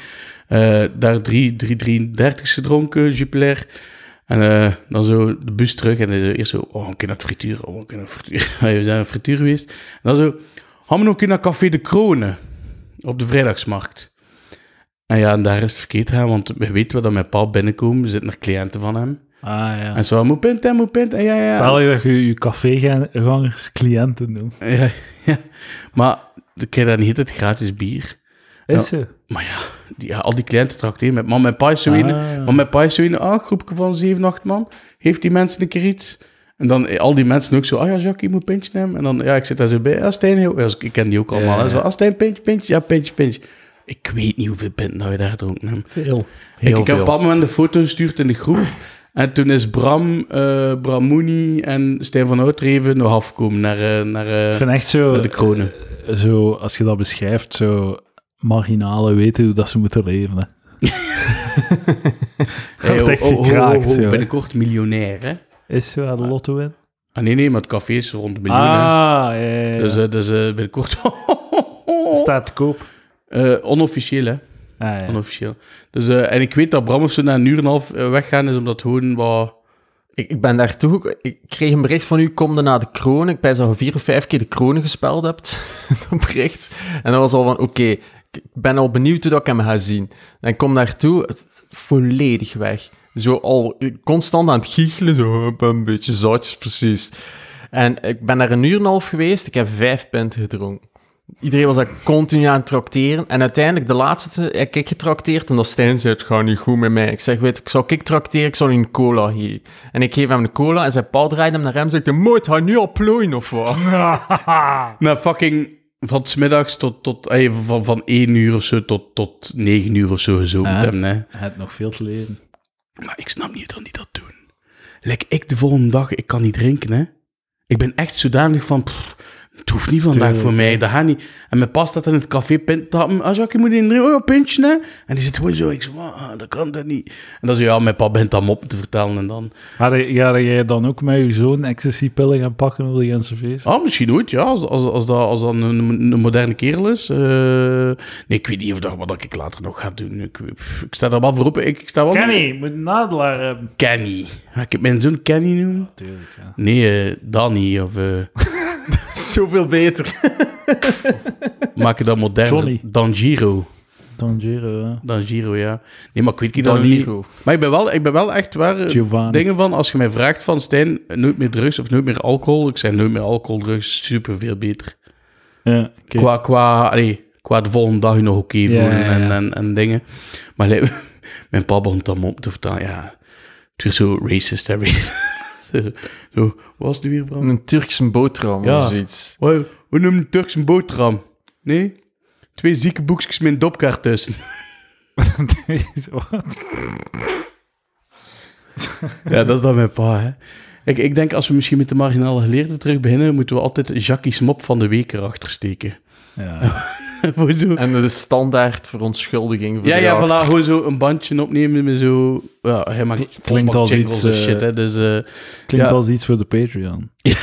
Speaker 2: Eh, daar drie, drie, 33 gedronken, Jupiler. En eh, dan zo de bus terug. En dan zo eerst zo, oh, een keer naar het frituur. Oh, een keer naar het frituur. *laughs* we zijn naar het frituur geweest. En dan zo, gaan we nog een keer naar Café de Kronen. Op de vrijdagsmarkt. En ja, en daar is het verkeerd gaan. Want we weten wel dat mijn pa binnenkomt. Er zitten er cliënten van hem.
Speaker 1: Ah, ja.
Speaker 2: En zo, moet pint, hè, moet pint. En ja, ja. ja.
Speaker 1: Zalig dat je je cafégangers cliënten noemt.
Speaker 2: Ja, ja. Maar ik krijg daar niet altijd gratis bier.
Speaker 1: Is ze?
Speaker 2: Maar ja, die, ja al die cliënten trakteren met... Maar mijn pa is zo een...
Speaker 1: Ah.
Speaker 2: Maar mijn pa is zo een ah, groepje van zeven, acht man. Heeft die mensen een keer iets? En dan eh, al die mensen ook zo... Ah ja, Jacques, je moet pintje nemen. En dan, ja, ik zit daar zo bij. Ah, Stijn, heel... Ja, ik ken die ook allemaal.
Speaker 1: Ja,
Speaker 2: hè. Zo,
Speaker 1: ja.
Speaker 2: ah, Stijn, pintje, pintje. Ja, pintje, pintje. Ik weet niet hoeveel pinten dat we daar gedronken hebben.
Speaker 3: Veel.
Speaker 2: Ik,
Speaker 3: Heel
Speaker 2: ik heb op een
Speaker 3: veel.
Speaker 2: bepaald moment een foto gestuurd in de groep. En toen is Bram, eh Bramouni en Stijn van Houtreven nog afgekomen naar, eh, naar eh,
Speaker 1: Ik vind echt zo,
Speaker 2: de kronen.
Speaker 1: zo, als je dat beschrijft, zo marginalen weten hoe dat ze moeten leven. Hè.
Speaker 2: Hey,
Speaker 1: wordt echt
Speaker 2: oh, oh, oh,
Speaker 1: gekraakt,
Speaker 2: oh, oh,
Speaker 1: joh.
Speaker 2: binnenkort miljonair, hè?
Speaker 1: Is zo aan de lotto in?
Speaker 2: Ah, nee, nee, maar het café is rond de miljoen, hè.
Speaker 1: Ah, ja, ja, ja.
Speaker 2: Dus, eh, dus eh, binnenkort...
Speaker 1: staat te koop.
Speaker 2: *laughs* Eh, onofficieel, hè?
Speaker 1: Ah, ja.
Speaker 2: Onofficieel. Dus, eh, en ik weet dat Bram of zo na een uur en een half eh, weggaan is, omdat het gewoon wat...
Speaker 3: Ik, ik ben daar toch ook... Ik kreeg een bericht van u, kom er naar de kroon. Ik ben dat je vier of vijf keer de kroon gespeld hebt. *laughs* dat bericht. En dat was al van, oké, ik ben al benieuwd hoe dat ik hem ga zien. En ik kom daartoe, het- volledig weg. Zo al constant aan het giechelen, zo "Oh, "Ik ben een beetje zatjes precies. En ik ben daar een uur en een half geweest, ik heb vijf pinten gedronken. Iedereen was daar continu aan het trakteren. En uiteindelijk, de laatste heb ik getrakteerd. En dan Stijn zei, het gaat niet goed met mij. Ik zeg, weet ik, zou ik trakteren? Ik zal u een cola geven. En ik geef hem een cola. En zijn paal draait hem naar hem en zegt, mooi, het gaat nu al plooien of wat? *laughs*
Speaker 2: Nou, fucking van 's middags tot, tot eh, van, van 1 uur of zo tot, tot 9 uur of zo gezopen
Speaker 1: Ah.
Speaker 2: hebben. Hè.
Speaker 1: Hij had nog veel te leren.
Speaker 2: Maar ik snap niet hoe dan die dat doen. Lek ik de volgende dag, ik kan niet drinken, hè. Ik ben echt zodanig van, pff, het hoeft niet vandaag
Speaker 1: Tuurlijk,
Speaker 2: voor mij, dat gaat niet. En mijn pas staat in het café, pint, tappen, ah, Jacques, je moet in drinken, oh, ja, pintje, hè. En die zit gewoon zo, ik zeg, ah, dat kan dat niet. En dan zo, ja, mijn pa bent dan mop te vertellen en dan...
Speaker 1: Had je- Ga eh, jij dan ook met je zoon ecstasy-pillen gaan pakken op de ganse feest?
Speaker 2: Ah, misschien ooit, ja, als, als, als, dat, als dat een, een- een moderne kerel is. Eh, nee, ik weet niet of dat, wat ik later nog ga doen. Ik, pff, ik sta daar wel voor open. Ik, ik sta wel...
Speaker 1: Kenny, moet een nadelaar hebben.
Speaker 2: Kenny. Ga ik mijn zoon Kenny noemen?
Speaker 1: Tuurlijk, ja.
Speaker 2: Nee, eh, Danny of... eh,
Speaker 3: Zoveel beter.
Speaker 2: Maak het dan modern.
Speaker 1: Johnny.
Speaker 2: Dan Giro.
Speaker 1: Tangiero, hè.
Speaker 2: Dan Giro, ja. Nee, maar ik weet niet
Speaker 3: Dan
Speaker 2: dat niet.
Speaker 3: Giro.
Speaker 2: Maar ik ben wel, ik ben wel echt waar. eh,
Speaker 1: Giovanni.
Speaker 2: Dingen van, als je mij vraagt van Stijn, nooit meer drugs of nooit meer alcohol. Ik zei nooit meer alcohol, drugs, super veel beter.
Speaker 1: Ja, oké. *laughs*
Speaker 2: Qua, qua, allee, qua de volgende dag je nog oké voelen
Speaker 1: ja, ja.
Speaker 2: En, en, en dingen. Maar like, *laughs* mijn papa begon dan op te vertellen, ja, het is zo racist *laughs* en racist. zo, wat was het nu weer, Bram?
Speaker 3: Een Turkse boterham
Speaker 2: Ja.
Speaker 3: of zoiets.
Speaker 2: Hoi, we noemen het Turks een boterham. Nee? Twee zieke boekjes met een dopkaart tussen.
Speaker 1: Wat?
Speaker 2: Ja, dat is dan mijn pa, hè. Ik, ik denk, als we misschien met de marginale geleerden terug beginnen, moeten we altijd Jackie's mop van de week erachter steken. *laughs*
Speaker 1: Ja.
Speaker 2: Voor zo...
Speaker 3: En de standaard verontschuldiging. Voor
Speaker 2: Ja,
Speaker 3: de
Speaker 2: ja,
Speaker 3: jacht.
Speaker 2: voilà, gewoon zo een bandje opnemen met zo... Ja, hij maakt
Speaker 1: Klinkt als
Speaker 2: jingles
Speaker 1: iets,
Speaker 2: en
Speaker 1: eh,
Speaker 2: shit, hè, dus... eh,
Speaker 1: Klinkt
Speaker 2: Ja.
Speaker 1: als iets voor de Patreon.
Speaker 2: *laughs*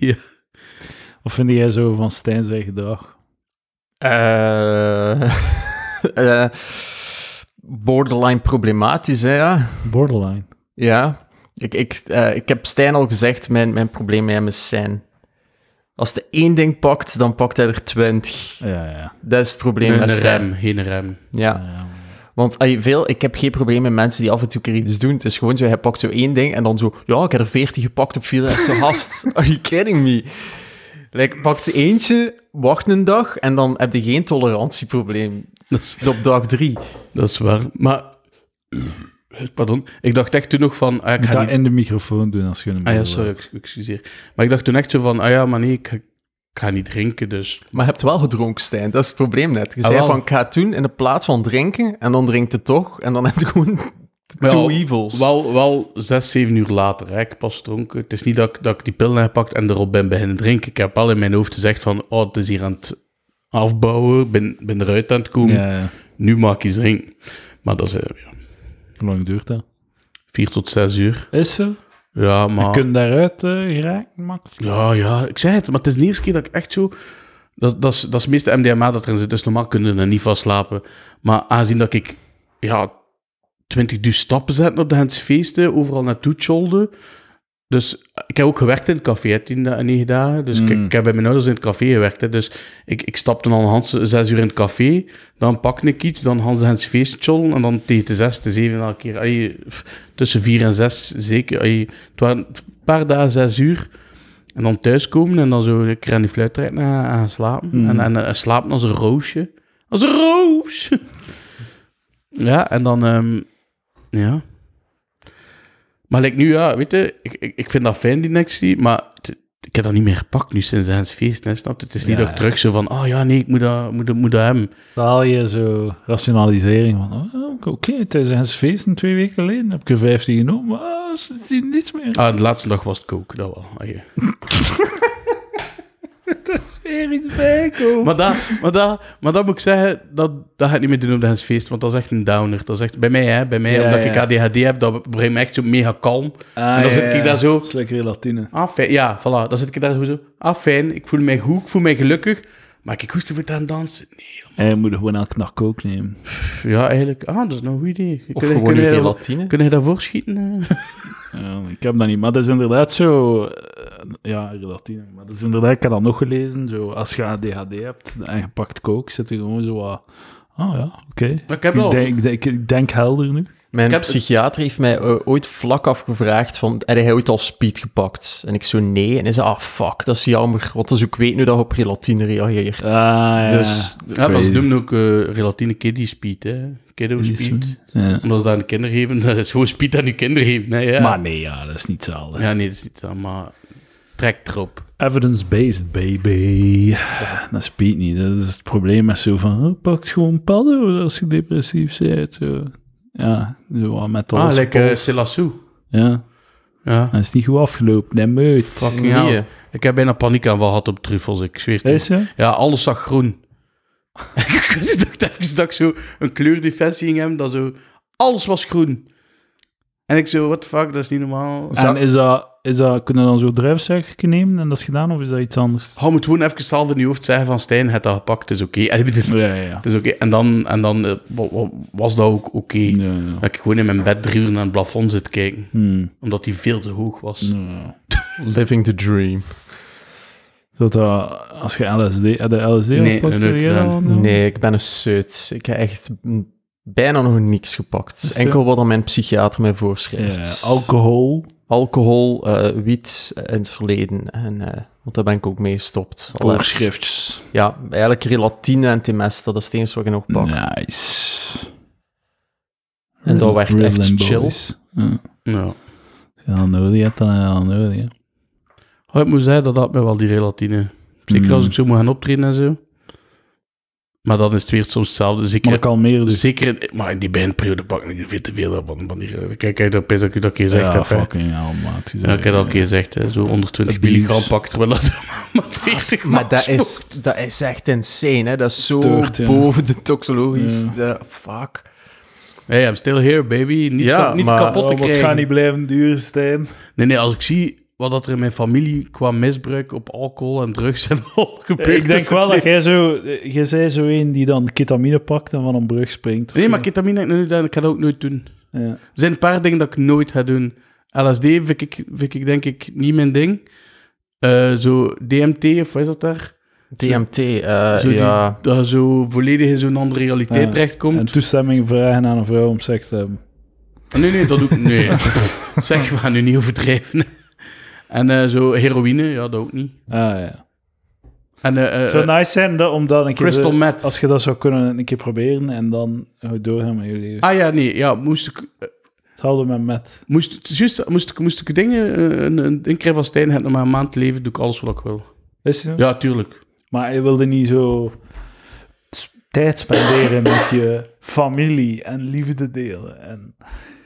Speaker 2: Ja.
Speaker 1: Of vind jij zo van Stijn zijn gedrag?
Speaker 3: Eh, *laughs* eh, borderline problematisch, hè, ja.
Speaker 1: Borderline.
Speaker 3: Ja. Ik, ik, eh, ik heb Stijn al gezegd, mijn, mijn probleem met hem is zijn. Als de één ding pakt, dan pakt hij er twintig.
Speaker 1: Ja, ja.
Speaker 3: Dat is het probleem
Speaker 2: Een
Speaker 3: met Stijn.
Speaker 2: rem, geen rem.
Speaker 3: Ja.
Speaker 1: ja.
Speaker 3: Want eh, veel, ik heb geen probleem met mensen die af en toe keer iets doen. Het is gewoon zo, hij pakt zo één ding en dan zo... Ja, ik heb er veertig gepakt op vier. Dat is zo hast. Are you kidding me? Like, pakt eentje, wacht een dag en dan heb je geen tolerantieprobleem.
Speaker 2: Dat is,
Speaker 3: Op dag drie.
Speaker 2: dat is waar. Maar... *clears throat* Pardon. Ik dacht echt toen nog van... ah, ik ga
Speaker 1: Moet dat
Speaker 2: niet-
Speaker 1: in de microfoon doen als je een
Speaker 2: Ah ja,
Speaker 1: borderline
Speaker 2: sorry, ex- excuseer. Maar ik dacht toen echt zo van... Ah ja, maar nee, ik, ga- ik ga niet drinken, dus...
Speaker 3: Maar je hebt wel gedronken, Stijn. Dat is het probleem net. Je
Speaker 2: Ah,
Speaker 3: zei
Speaker 2: wel.
Speaker 3: van, ik ga het doen in de plaats van drinken. En dan drinkt het toch. En dan heb je gewoon
Speaker 2: Maar
Speaker 3: two
Speaker 2: ja,
Speaker 3: evils.
Speaker 2: Wel, wel zes, zeven uur later. Hè. Ik heb pas dronken. Het is niet dat ik, dat ik die pillen heb gepakt en erop ben beginnen drinken. Ik heb wel in mijn hoofd gezegd van... Oh, het is hier aan het afbouwen. Ik ben, ben eruit aan het komen.
Speaker 1: Ja, ja.
Speaker 2: Nu maak ik iets drinken. Maar dat is eh, ja,
Speaker 1: Hoe lang duurt dat?
Speaker 2: vier tot zes uur.
Speaker 1: Is ze?
Speaker 2: Ja,
Speaker 1: Je
Speaker 2: maar...
Speaker 1: kunt daaruit eh, geraken, makkelijk.
Speaker 2: Ja, ja. Ik zei het, maar het is de eerste keer dat ik echt zo... Dat, dat, is, dat is het meeste MDMA dat erin zit. Dus normaal kunnen we er niet van slapen. Maar aanzien dat ik... Ja, 20 duur stappen zetten op de Hens feesten, overal naartoe tjolde. Dus ik heb ook gewerkt in het café, hè, 10 da- en 9 dagen. Dus ik,
Speaker 1: Mm.
Speaker 2: ik heb bij mijn ouders in het café gewerkt. Hè. Dus ik, ik stapte al een hans, zes uur in het café. Dan pak ik iets, dan Hans de Hens feest tjollen. En dan tegen de zes, de zeven elke keer. Allee, pff, tussen vier en zes zeker. Allee, het waren een paar dagen, zes uur. En dan thuiskomen en dan zo een keer aan die fluit trekken en en gaan slapen.
Speaker 1: Mm.
Speaker 2: En, en, eh, slapen als een roosje. Als een roos! *laughs* ja, en dan... ehm, ja. Maar like nu, ja, weet je, ik, ik, ik vind dat fijn, die Nexty, maar het- ik heb dat niet meer gepakt nu sinds Hens Feest, hè, snap je? Het is niet
Speaker 1: Ja,
Speaker 2: dat ik terug zo van, oh ja, nee, ik moet dat, moet, dat- moet dat hebben.
Speaker 1: Dan haal je zo rationalisering van, oh, oké, tijdens een feest een twee weken geleden heb ik er 15 genomen, maar ah, ze zien niets meer.
Speaker 2: Ah, de laatste dag was het kook, dat wel. ah, ja.
Speaker 1: Weer iets bijkomen.
Speaker 2: Maar dat, maar, dat, maar dat moet ik zeggen, dat, dat ga ik niet meer doen op de Hens Feest, want dat is echt een downer. Dat is echt, bij mij, hè, bij mij,
Speaker 1: Ja,
Speaker 2: omdat
Speaker 1: ja.
Speaker 2: ik ADHD heb, dat brengt me echt zo mega kalm.
Speaker 1: Ah,
Speaker 2: en dan zit ik daar zo,
Speaker 1: Slekkere Latine.
Speaker 2: Ah, fijn. Ja, voilà. Dan zit ik daar sowieso. Ah, fijn. Ik voel mij goed. Ik voel mij gelukkig. Maar ik hoest voor aan dansen. Nee.
Speaker 1: Hij moet gewoon elke nacht kook
Speaker 2: *laughs*
Speaker 1: nemen.
Speaker 2: pff, Ja, eigenlijk. Ah, dat is nog een goed idee.
Speaker 3: of gewoon een
Speaker 2: je,
Speaker 3: gelatine.
Speaker 2: kun je daarvoor schieten? eh?
Speaker 1: Ja, ik heb dat niet, maar dat is inderdaad zo... eh, Ja, relatief. Maar dat is inderdaad, ik heb dat nog gelezen, zo, als je ADHD hebt en je pakt kook, zit er gewoon zo wat... Ah ja, oké.
Speaker 2: Ik heb
Speaker 1: Ik,
Speaker 2: wel.
Speaker 1: denk- ik, denk- ik denk helder nu.
Speaker 3: Mijn
Speaker 2: Ik heb-
Speaker 3: psychiater heeft mij eh, ooit vlak afgevraagd van, heb jij ooit al speed gepakt? En ik zo, nee. En hij zei, ah, fuck, dat is jammer, want dus ik weet nu dat je op relatine reageert.
Speaker 1: ja.
Speaker 3: Dus,
Speaker 2: Ah, Ja, maar ze doen ook eh relatine kiddie speed, hè. Kiddo speed. Omdat ze dat aan de kinderen geven. *laughs* Dat is gewoon speed aan je kinderen geven, hè, ja.
Speaker 1: Maar nee, ja, dat is niet hetzelfde.
Speaker 2: Ja, nee, dat is niet zo, maar... Trek erop.
Speaker 1: Evidence-based, baby. Dat speed niet. Dat is het probleem met zo van, oh, pak gewoon padden als je depressief bent. Zo. Ja, zo wat met de
Speaker 2: Ah,
Speaker 1: losse
Speaker 2: lekker
Speaker 1: pols.
Speaker 2: Selassou.
Speaker 1: Ja,
Speaker 2: Ja.
Speaker 1: dat is niet goed afgelopen. Nee, meut.
Speaker 2: Fucking
Speaker 3: Nee.
Speaker 2: hell. Ik heb bijna paniekaanval gehad op truffels, ik zweer het. je.
Speaker 1: Is je?
Speaker 2: Ja, alles zag groen. *laughs* ik dacht even dat ik zo een kleurdefensie ging hebben, dat zo... Alles was groen. En ik zo, what the fuck, dat is niet normaal.
Speaker 1: En is dat, is dat, kunnen we dan zo druifzuiger nemen en dat is gedaan, of is dat iets anders?
Speaker 2: Hou moet gewoon even zelf in je hoofd zeggen van Stijn, het dat gepakt, het is oké. En ik bedoel,
Speaker 1: Ja, ja, ja.
Speaker 2: Het is oké. En dan, en dan eh, wa- wa- was dat ook oké.
Speaker 1: Ja, ja.
Speaker 2: Dat ik gewoon in mijn bed drie uur naar het plafond zit kijken.
Speaker 1: Hmm,
Speaker 2: Omdat die veel te hoog was.
Speaker 1: ja.
Speaker 3: Living the dream.
Speaker 1: Zodat dat, eh, als je LSD, had de LSD
Speaker 2: Nee,
Speaker 1: oppakt,
Speaker 2: nooit
Speaker 1: heb je dat
Speaker 2: gedaan.
Speaker 1: al gedaan?
Speaker 3: Nee, ik ben een seut. Ik heb echt mm, bijna nog niks gepakt.
Speaker 1: Dus, eh,
Speaker 3: Enkel wat aan mijn psychiater mij voorschrijft.
Speaker 1: Ja, alcohol.
Speaker 3: Alcohol, eh, wiet eh, in het verleden. En, eh, want daar ben ik ook mee gestopt. Al heb-
Speaker 1: Voorschriftjes.
Speaker 3: Ja, eigenlijk relatine en Temesta, dat is het enige wat ik nog pak.
Speaker 1: Nice.
Speaker 3: En dat werd
Speaker 1: Real
Speaker 3: echt
Speaker 1: Limbo
Speaker 3: chill.
Speaker 1: is. Ja.
Speaker 2: Ja.
Speaker 1: Als je dat nodig hebt, dan heb je dat nodig. hè.
Speaker 2: Oh, ik moet zeggen, dat had mij wel die relatine. Zeker
Speaker 1: Mm.
Speaker 2: als ik zo moet gaan optreden en zo. Maar dan is het weer soms hetzelfde.
Speaker 1: Maar
Speaker 2: Zeker,
Speaker 1: ik kan meer dus.
Speaker 2: zeker in, maar in die beginperiode pak ik er veel te veel van. van die, kijk, kijk, dat is dat ik u dat een keer gezegd
Speaker 1: ja,
Speaker 2: heb. hè.
Speaker 1: fucking hell, maat. Je
Speaker 2: Ja, ik heb
Speaker 1: zei-
Speaker 2: dat een keer gezegd. Hè. Zo 120
Speaker 1: Abuse.
Speaker 2: milligram pak, terwijl dat *laughs* maar 40
Speaker 3: Maar
Speaker 2: max
Speaker 3: dat
Speaker 2: wordt.
Speaker 3: is, dat is echt insane, hè. Dat is zo
Speaker 1: Stoort, ja.
Speaker 3: boven de toxologisch.
Speaker 1: Ja.
Speaker 3: de- fuck.
Speaker 2: Hey, I'm still here, baby. Niet,
Speaker 3: Ja,
Speaker 2: kap- niet
Speaker 3: maar-
Speaker 2: kapot te
Speaker 1: Oh, wat
Speaker 2: krijgen.
Speaker 1: gaat niet blijven duren,
Speaker 2: *laughs*
Speaker 1: Stijn?
Speaker 2: Nee, nee, als ik zie wat dat er in mijn familie qua misbruik op alcohol en drugs en al *laughs* gebeurt.
Speaker 1: Ik denk
Speaker 2: is
Speaker 1: wel
Speaker 2: het
Speaker 1: dat
Speaker 2: niet-
Speaker 1: jij zo... eh, Jij zei zo een die dan ketamine pakt en van een brug springt. of
Speaker 2: Nee,
Speaker 1: zo.
Speaker 2: maar ketamine heb ik nog niet gedaan. Ik ga dat ook nooit doen.
Speaker 1: Ja.
Speaker 2: Er zijn een paar dingen dat ik nooit ga doen. LSD vind ik, vind ik denk ik niet mijn ding. Eh, zo DMT, of wat is dat daar?
Speaker 3: DMT, eh,
Speaker 2: Zo die-
Speaker 3: ja.
Speaker 2: Dat je zo volledig in zo'n andere realiteit
Speaker 1: Ja.
Speaker 2: terechtkomt.
Speaker 1: En dus- toestemming vragen aan een vrouw om seks te hebben.
Speaker 2: Nee, nee, dat doe
Speaker 1: *laughs*
Speaker 2: ik Nee. zeg, we gaan nu niet overdrijven. En eh, zo heroïne, ja, dat ook niet.
Speaker 1: Ah,
Speaker 2: Eh,
Speaker 1: ja.
Speaker 2: En eh,
Speaker 1: Het
Speaker 2: eh,
Speaker 1: zou nice zijn dat, om dat een keer...
Speaker 2: crystal
Speaker 1: zo-
Speaker 2: meth.
Speaker 1: eh, Als je dat zou kunnen een keer proberen en dan gewoon doorgaan met je leven.
Speaker 2: Ah ja, nee, ja, moest ik,
Speaker 1: Het houden met met.
Speaker 2: Moest, het is juist, moest, ik, moest ik dingen, eh, een, een ding krijgen van Stijn, heb nog maar een maand te leven, doe ik alles wat ik wil.
Speaker 1: Is het zo?
Speaker 2: Ja, tuurlijk.
Speaker 1: Maar je wilde niet zo s- tijd spenderen met je familie en liefde delen. En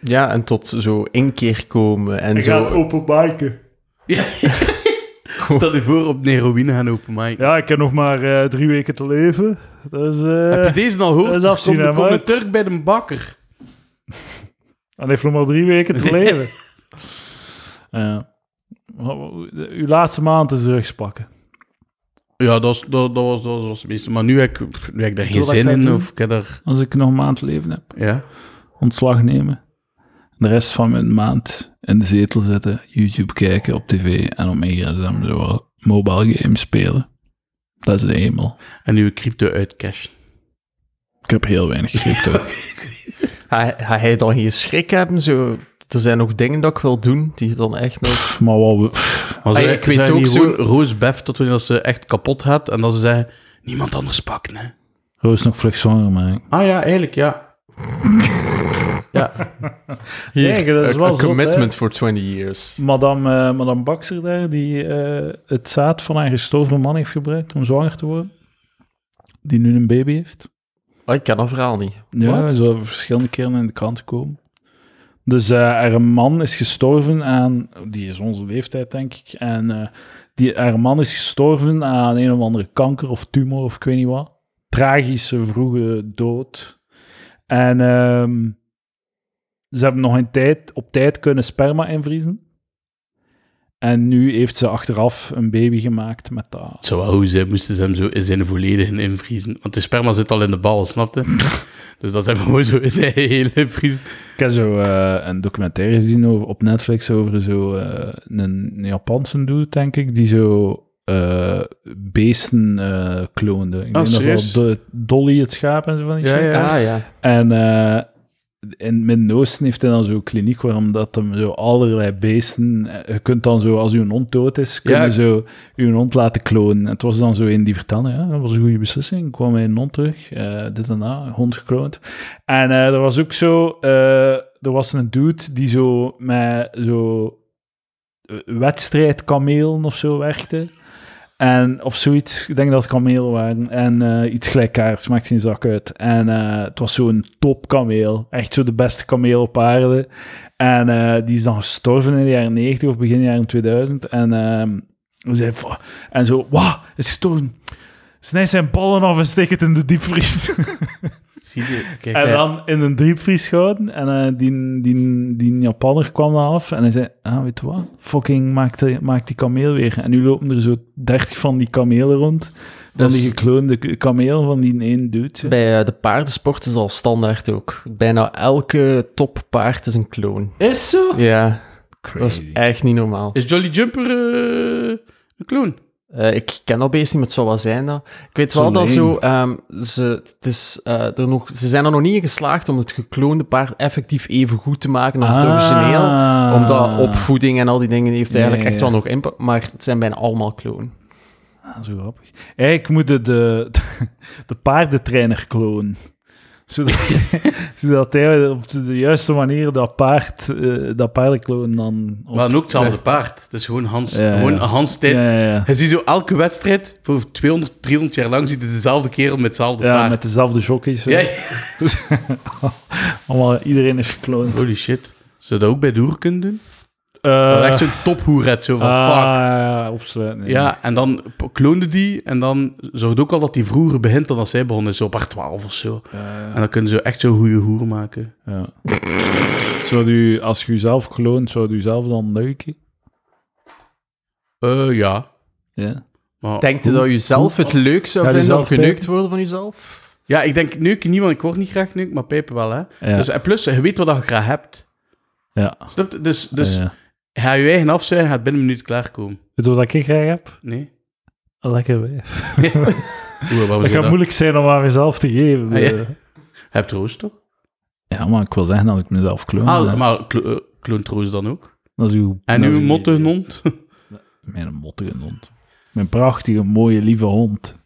Speaker 3: Ja, en tot zo inkeer komen en zo.
Speaker 1: open biken.
Speaker 2: Stel je voor op een heroïne gaan open mic.
Speaker 1: Ja, ik heb nog maar eh, drie weken te leven. Dus,
Speaker 2: Heb
Speaker 1: eh
Speaker 2: je deze al gehoord?
Speaker 1: dat is
Speaker 2: Er
Speaker 1: afzien,
Speaker 2: komt- er
Speaker 1: hè,
Speaker 2: komt een
Speaker 1: maat.
Speaker 2: Turk bij de bakker.
Speaker 1: Dan heeft nog maar drie weken *laughs* te
Speaker 2: Nee.
Speaker 1: leven. Ja. Wat- wat- uw laatste maand is drugs pakken.
Speaker 2: *laughs* Ja, dat was, dat, dat was, dat was het meeste. Maar nu heb ik, pff, nu heb ik daar geen
Speaker 1: Doe wat
Speaker 2: zin
Speaker 1: ik
Speaker 2: in,
Speaker 1: ga
Speaker 2: of ik heb daar...
Speaker 1: Als ik nog een maand te leven heb,
Speaker 2: Ja.
Speaker 1: ontslag nemen. De rest van mijn maand in de zetel zitten, YouTube kijken, op tv en op mijn gsm zo wat mobile games spelen. Dat is de hemel.
Speaker 2: En nu crypto uitcash.
Speaker 1: Ik heb heel weinig crypto.
Speaker 3: Ga, ga hij dan geen schrik hebben? Zo, er zijn nog dingen dat ik wil doen die je dan echt nog.
Speaker 1: Pff, maar wat... we-
Speaker 2: Maar
Speaker 3: Ah,
Speaker 2: ze,
Speaker 3: ja,
Speaker 2: ik weet ook
Speaker 3: zo-
Speaker 2: zo... Roos Bef, tot wanneer dat ze echt kapot gaat, en dat ze zeggen, niemand anders pakken, hè.
Speaker 1: Roos nog vlug zwanger maken.
Speaker 2: Ah ja, eigenlijk, ja.
Speaker 1: *laughs*
Speaker 2: ja.
Speaker 3: Hier,
Speaker 1: Kijk, dat is
Speaker 3: een-
Speaker 1: wel
Speaker 3: een
Speaker 1: zot,
Speaker 3: commitment voor 20 years.
Speaker 1: Madame, eh, Madame Baxter daar, die eh, het zaad van haar gestorven man heeft gebruikt om zwanger te worden. Die nu een baby heeft.
Speaker 3: Ah, ik ken dat verhaal niet.
Speaker 1: Ja,
Speaker 3: Wat?
Speaker 1: hij zou verschillende keren in de krant komen. Dus eh haar man is gestorven aan... Die is onze leeftijd, denk ik. En eh, die, haar man is gestorven aan een of andere kanker of tumor of ik weet niet wat. Tragische vroege dood. En ehm, ze hebben nog een tijd, op tijd kunnen sperma invriezen. En nu heeft ze achteraf een baby gemaakt met dat.
Speaker 2: Het zou wel goed zijn, moesten ze hem zo in zijn volledig in invriezen. Want de sperma zit al in de bal, snapte? dus dat ze hem gewoon zo in zijn hele vriezen.
Speaker 1: Ik heb zo eh, een documentaire gezien over, op Netflix over zo eh, een Japanse dude, denk ik, die zo eh, beesten eh kloonde. Ik
Speaker 2: Oh,
Speaker 1: denk dat
Speaker 2: serieus?
Speaker 1: wel de Dolly het schaap en zo van die
Speaker 2: Ja,
Speaker 1: shit.
Speaker 2: ja.
Speaker 3: Ah, ja.
Speaker 1: En eh, in het Midden-Oosten heeft hij dan zo'n kliniek waarom dat hem zo allerlei beesten... eh, Je kunt dan zo, als uw hond dood is, kun je
Speaker 2: Ja.
Speaker 1: zo uw hond laten klonen. En het was dan zo een die vertelde, ja, dat was een goede beslissing. Ik kwam mijn hond terug, eh, dit en dat, hond gekloond. En eh, er was ook zo... eh, er was een dude die zo met zo eh, wedstrijdkamelen of zo werkte. En, of zoiets, ik denk dat het kamelen waren. En eh, iets gelijkaards, maakt geen zak uit. En eh, het was zo'n topkameel. Echt zo de beste kameel op aarde. En eh, die is dan gestorven in de jaren 90 of begin jaren 2000. En ehm, we zeiden van- en zo, wauw, is gestorven. Snij zijn ballen af en steek het in de diepvries.
Speaker 2: Zie je? Kijk,
Speaker 1: En
Speaker 2: ja.
Speaker 1: dan in een diepvries gehouden. En eh, die, die, die Japanner kwam dan af. En hij zei, ah, weet je wat? Fucking maak, de- maak die kameel weer. En nu lopen er zo 30 van die kamelen rond. Van
Speaker 3: Dus-
Speaker 1: die gekloonde k- kameel van die één dude.
Speaker 3: Bij eh, de paardensport is dat al standaard ook. Bijna elke toppaard is een kloon.
Speaker 1: Is zo?
Speaker 3: Ja, dat is echt niet normaal.
Speaker 2: Is Jolly Jumper eh, een kloon?
Speaker 3: Eh, ik ken dat beest niet, maar het zou wel zijn dat. Ik weet
Speaker 1: Zo'n
Speaker 3: wel dat
Speaker 1: leem.
Speaker 3: zo, ehm, ze, het is, eh, er nog, ze zijn er nog niet in geslaagd om het gekloonde paard effectief even goed te
Speaker 1: Ah,
Speaker 3: maken als het origineel. Omdat opvoeding en al die dingen heeft
Speaker 1: Ja,
Speaker 3: eigenlijk echt
Speaker 1: ja.
Speaker 3: wel nog impact. Maar het zijn bijna allemaal kloon.
Speaker 1: Ah, zo grappig. Hey, ik moet de, de, *laughs* de paardentrainer klonen. Zodat, *laughs* zodat hij op de juiste manier dat paard, eh, dat paardenkloon dan... op-
Speaker 2: Maar dan ook hetzelfde paard. Dus gewoon Hans,
Speaker 1: Ja, ja.
Speaker 2: gewoon Hans tijd.
Speaker 1: Ja, ja, ja.
Speaker 2: Hij ziet zo elke wedstrijd, voor 200, 300 jaar lang, ziet hij dezelfde kerel met hetzelfde
Speaker 1: Ja,
Speaker 2: paard.
Speaker 1: met dezelfde jockeys.
Speaker 2: Ja,
Speaker 1: hè.
Speaker 2: ja.
Speaker 1: Allemaal, iedereen is gekloond.
Speaker 2: Holy shit. Zou dat ook bij de hoer kunnen doen?
Speaker 1: Eh,
Speaker 2: Dat echt zo'n tophoeret, zo van
Speaker 1: ah,
Speaker 2: fuck.
Speaker 1: ja, opsluiten.
Speaker 2: Ja, en dan p- kloonde die en dan zorgde ook al dat die vroeger begint dan als zij begon is, zo op haar 12 of zo.
Speaker 1: Eh,
Speaker 2: En dan kunnen ze echt zo'n goede hoer maken.
Speaker 1: ja. Zou u, als je zelf kloont, zou u zelf dan neuken?
Speaker 2: Eh, ja.
Speaker 1: Ja.
Speaker 2: Maar
Speaker 3: Denkt u dat u zelf het leuk zou
Speaker 1: Ja,
Speaker 3: vinden om
Speaker 1: jezelf
Speaker 3: geneukt
Speaker 1: pijpen.
Speaker 3: te worden van uzelf?
Speaker 2: Ja, ik denk neuken niet, want ik word niet graag geneukt, maar pijpen wel, hè.
Speaker 1: Ja.
Speaker 2: Dus, en plus, je weet wat dat je graag hebt.
Speaker 1: ja.
Speaker 2: Snap je? Dus, dus
Speaker 1: Ja.
Speaker 2: ga je eigen afzuigen, gaat binnen een minuut klaarkomen.
Speaker 1: Weet je wat ik graag heb? *laughs*
Speaker 2: Nee?
Speaker 1: Een lekker wijf.
Speaker 2: Oeh, waarom
Speaker 1: Dat
Speaker 2: zou
Speaker 1: gaat moeilijk zijn om aan mezelf te geven.
Speaker 2: Ah,
Speaker 1: eh.
Speaker 2: ja.
Speaker 1: ja.
Speaker 2: Heb je roos toch?
Speaker 1: maar ik wil zeggen, als ik mezelf kloon,
Speaker 2: Ah,
Speaker 1: dan-
Speaker 2: maar klo eh, kloont roos dan ook?
Speaker 1: dat is uw...
Speaker 2: En
Speaker 1: Nou, dat is
Speaker 2: uw mottenhond?
Speaker 1: Mijn mottige hond. Mijn prachtige, mooie, lieve hond.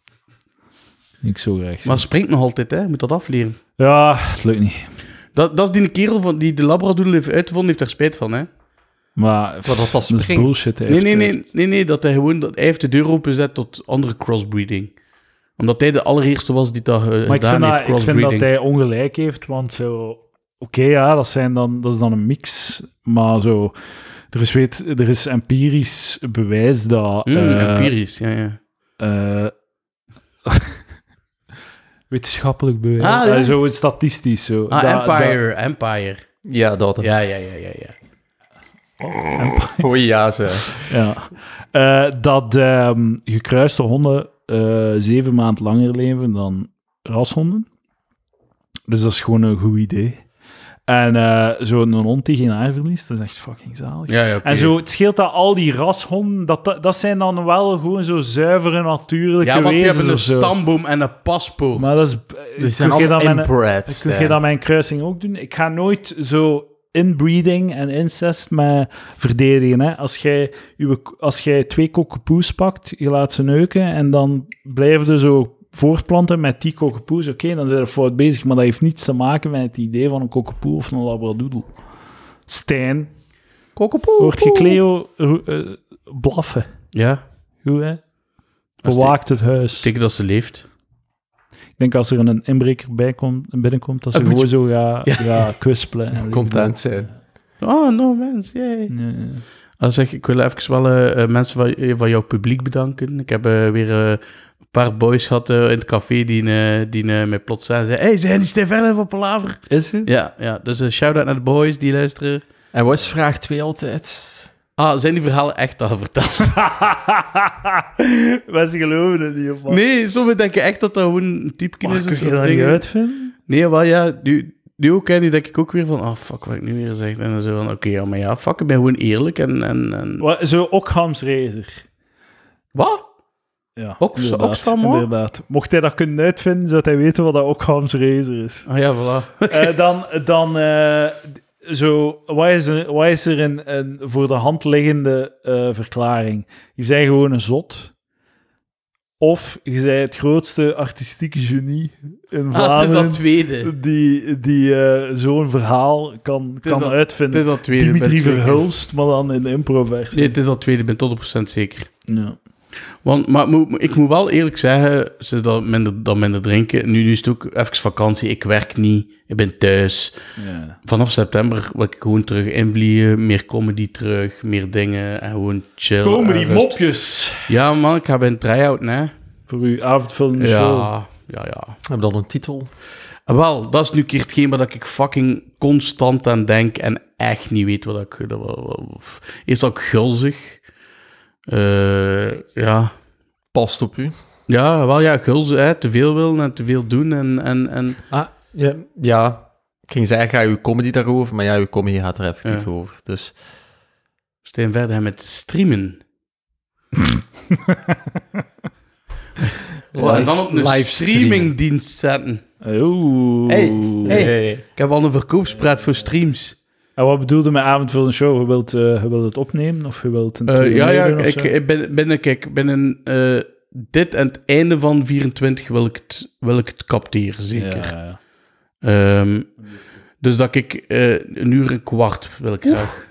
Speaker 1: Die ik zo graag zie.
Speaker 2: *laughs* maar springt nog altijd, hè? Je moet dat afleren.
Speaker 1: Ja, het lukt niet.
Speaker 2: Dat, dat is die kerel van, die de Labradoodle heeft uitgevonden, heeft daar spijt van, hè?
Speaker 1: Maar
Speaker 3: dat dat
Speaker 1: dat is
Speaker 3: springt.
Speaker 1: bullshit. hij
Speaker 2: Nee,
Speaker 1: heeft-
Speaker 2: nee, nee, nee, nee, dat hij gewoon, dat, hij heeft de deur opengezet tot andere crossbreeding. Omdat hij de allereerste was die dat eh,
Speaker 1: Maar ik
Speaker 2: gedaan
Speaker 1: vind,
Speaker 2: heeft,
Speaker 1: dat, ik vind
Speaker 2: crossbreeding.
Speaker 1: dat hij ongelijk heeft, want zo... Oké, ja, dat, zijn dan, dat is dan een mix, maar zo... Er is, weet, er is empirisch bewijs dat...
Speaker 2: Mm,
Speaker 1: eh,
Speaker 2: empirisch, ja, ja.
Speaker 1: eh, *laughs* wetenschappelijk bewijs.
Speaker 2: Ah,
Speaker 1: Eh,
Speaker 2: ja.
Speaker 1: Zo statistisch. Zo.
Speaker 2: Ah,
Speaker 1: Dat-
Speaker 2: Empire, Empire.
Speaker 3: Ja, dat.
Speaker 2: Ja, ja, ja, ja, ja.
Speaker 3: Hoi, ja, ze.
Speaker 1: dat- ja. Eh, dat ehm, gekruiste honden eh, zeven maand langer leven dan rashonden. Dus dat is gewoon een goed idee. En eh, zo'n hond die geen haar verliest, dat is echt fucking zalig.
Speaker 2: ja, ja oké.
Speaker 1: En zo, het scheelt dat al die rashonden, dat, dat, dat zijn dan wel gewoon zo zuivere, natuurlijke
Speaker 2: Ja, want die
Speaker 1: wezens
Speaker 2: hebben een
Speaker 1: of zo.
Speaker 2: stamboom en een paspoort.
Speaker 1: Maar dat is... eh,
Speaker 3: Ze zijn
Speaker 1: kun je dat
Speaker 3: allemaal
Speaker 1: met een-
Speaker 3: inbreds.
Speaker 1: kun je
Speaker 3: hè.
Speaker 1: dat mijn kruising ook doen? Ik ga nooit zo inbreeding en incest met verdedigen. Hè? Als, jij, uw- als jij twee kokkepoes pakt, je laat ze neuken en dan blijven ze zo voortplanten met die kokkepoes. Oké, dan zijn ze fout bezig, maar dat heeft niets te maken met het idee van een kokkepoe of een labradoodle. Stijn,
Speaker 2: Kokkepoe.
Speaker 1: hoort je Cleo ro- eh, blaffen?
Speaker 2: Ja,
Speaker 1: Goed, hè?
Speaker 2: Als die-
Speaker 1: Bewaakt het huis.
Speaker 2: teken dat ze leeft.
Speaker 1: Ik denk als er een inbreker bij komt, binnenkomt, dat ze
Speaker 2: Ah,
Speaker 1: gewoon
Speaker 2: moet
Speaker 1: zo gaat ja. kwispelen. en
Speaker 3: Content zijn.
Speaker 2: Oh, no, mens, yay.
Speaker 1: liggen. Ja, ja.
Speaker 2: Dan Ah, zeg ik, ik wil even wel eh, eh, mensen van, eh, van jouw publiek bedanken. Ik heb eh, weer eh, een paar boys gehad eh, in het café die, eh, die eh, mij plots aan zeiden... hey, zijn die Stefan van Palaver?
Speaker 1: *laughs* Is het?
Speaker 2: eh, Ja, ja, dus een shout-out naar de boys die luisteren.
Speaker 3: En wat is vraag 2 altijd?
Speaker 2: Ah, zijn die verhalen echt al verteld?
Speaker 1: Maar ze geloven het niet, of wat?
Speaker 2: Nee, sommigen denken echt dat dat gewoon een typje
Speaker 1: Maar
Speaker 2: is.
Speaker 1: kun
Speaker 2: of
Speaker 1: je
Speaker 2: zo.
Speaker 1: dat niet
Speaker 2: dingen.
Speaker 1: uitvinden?
Speaker 2: Nee, wel ja, nu, nu ook, hè, nu denk ik ook weer van, ah, fuck, wat ik nu weer zeg. En dan zo van, oké, ja, maar ja, fuck, ik ben gewoon eerlijk en... en, en...
Speaker 1: Wa- Zo Occam's Razor.
Speaker 2: Wat?
Speaker 1: Ja,
Speaker 2: Ox-
Speaker 1: inderdaad,
Speaker 2: Oxfam, hoor.
Speaker 1: Inderdaad. Mocht hij dat kunnen uitvinden, zou hij weten wat dat Occam's Razor
Speaker 2: *laughs*
Speaker 1: is.
Speaker 2: Ah ja,
Speaker 1: *laughs*
Speaker 2: voilà.
Speaker 1: Eh, dan, dan eh, d- zo, wat is er, wat is er een, een voor de hand liggende eh, verklaring? Je bent gewoon een zot. Of je bent het grootste artistieke genie in
Speaker 2: Ah, het is
Speaker 1: Vlaanderen
Speaker 2: dat
Speaker 1: *laughs*
Speaker 2: tweede.
Speaker 1: die, die eh, zo'n verhaal kan,
Speaker 2: is
Speaker 1: kan
Speaker 2: dat- Het
Speaker 1: uitvinden.
Speaker 2: is dat tweede. ben
Speaker 1: Dimitri
Speaker 2: ik zeker.
Speaker 1: Verhulst, maar dan in de improversie.
Speaker 2: Nee, het is dat tweede, ik ben 100% zeker.
Speaker 1: Ja.
Speaker 2: Want, maar ik moet- ik moet wel eerlijk zeggen, ze dat minder, dat minder drinken. Nu, nu is het ook even vakantie, ik werk niet, ik ben thuis.
Speaker 1: Ja.
Speaker 2: Vanaf september wil ik gewoon terug inblijen, meer comedy terug, meer dingen en gewoon chill.
Speaker 1: Komen
Speaker 2: en
Speaker 1: die
Speaker 2: rust.
Speaker 1: mopjes
Speaker 2: Ja man, ik ga bij een try-out, hè.
Speaker 1: voor uw avondvullende show.
Speaker 2: Ja, ja, ja.
Speaker 3: Heb dan een titel?
Speaker 2: Wel, dat is nu een keer hetgeen waar ik fucking constant aan denk en echt niet weet wat ik... dat- wat- wat- Eerst ook gulzig. Eh, ja.
Speaker 3: Past op u.
Speaker 2: Ja, wel ja, gulzig. Hè. Te veel willen en te veel doen en... en, en...
Speaker 3: Ah, ja, ja. Ik ging zeggen, ga je comedy daarover, maar ja, je comedy gaat er effectief
Speaker 2: Ja.
Speaker 3: over. Dus
Speaker 2: Stijn verder hè, met streamen. Oh, en dan op een streamingdienst zetten.
Speaker 1: Eh, Oeh.
Speaker 2: Hey, hey. Ik heb al een verkoopspraat voor streams.
Speaker 1: En wat bedoelde met avondvullende show? Je wilt, eh, je wilt het opnemen of je wilt een
Speaker 2: Eh,
Speaker 1: tournee
Speaker 2: ja, ja,
Speaker 1: doen of
Speaker 2: ik,
Speaker 1: zo?
Speaker 2: ik ben, ben, ik, ik ben een, eh, dit en het einde van 24 wil ik het, wil ik het capteren, zeker.
Speaker 1: Ja, ja.
Speaker 2: Ehm, dus dat ik eh, een uur en kwart wil ik graag.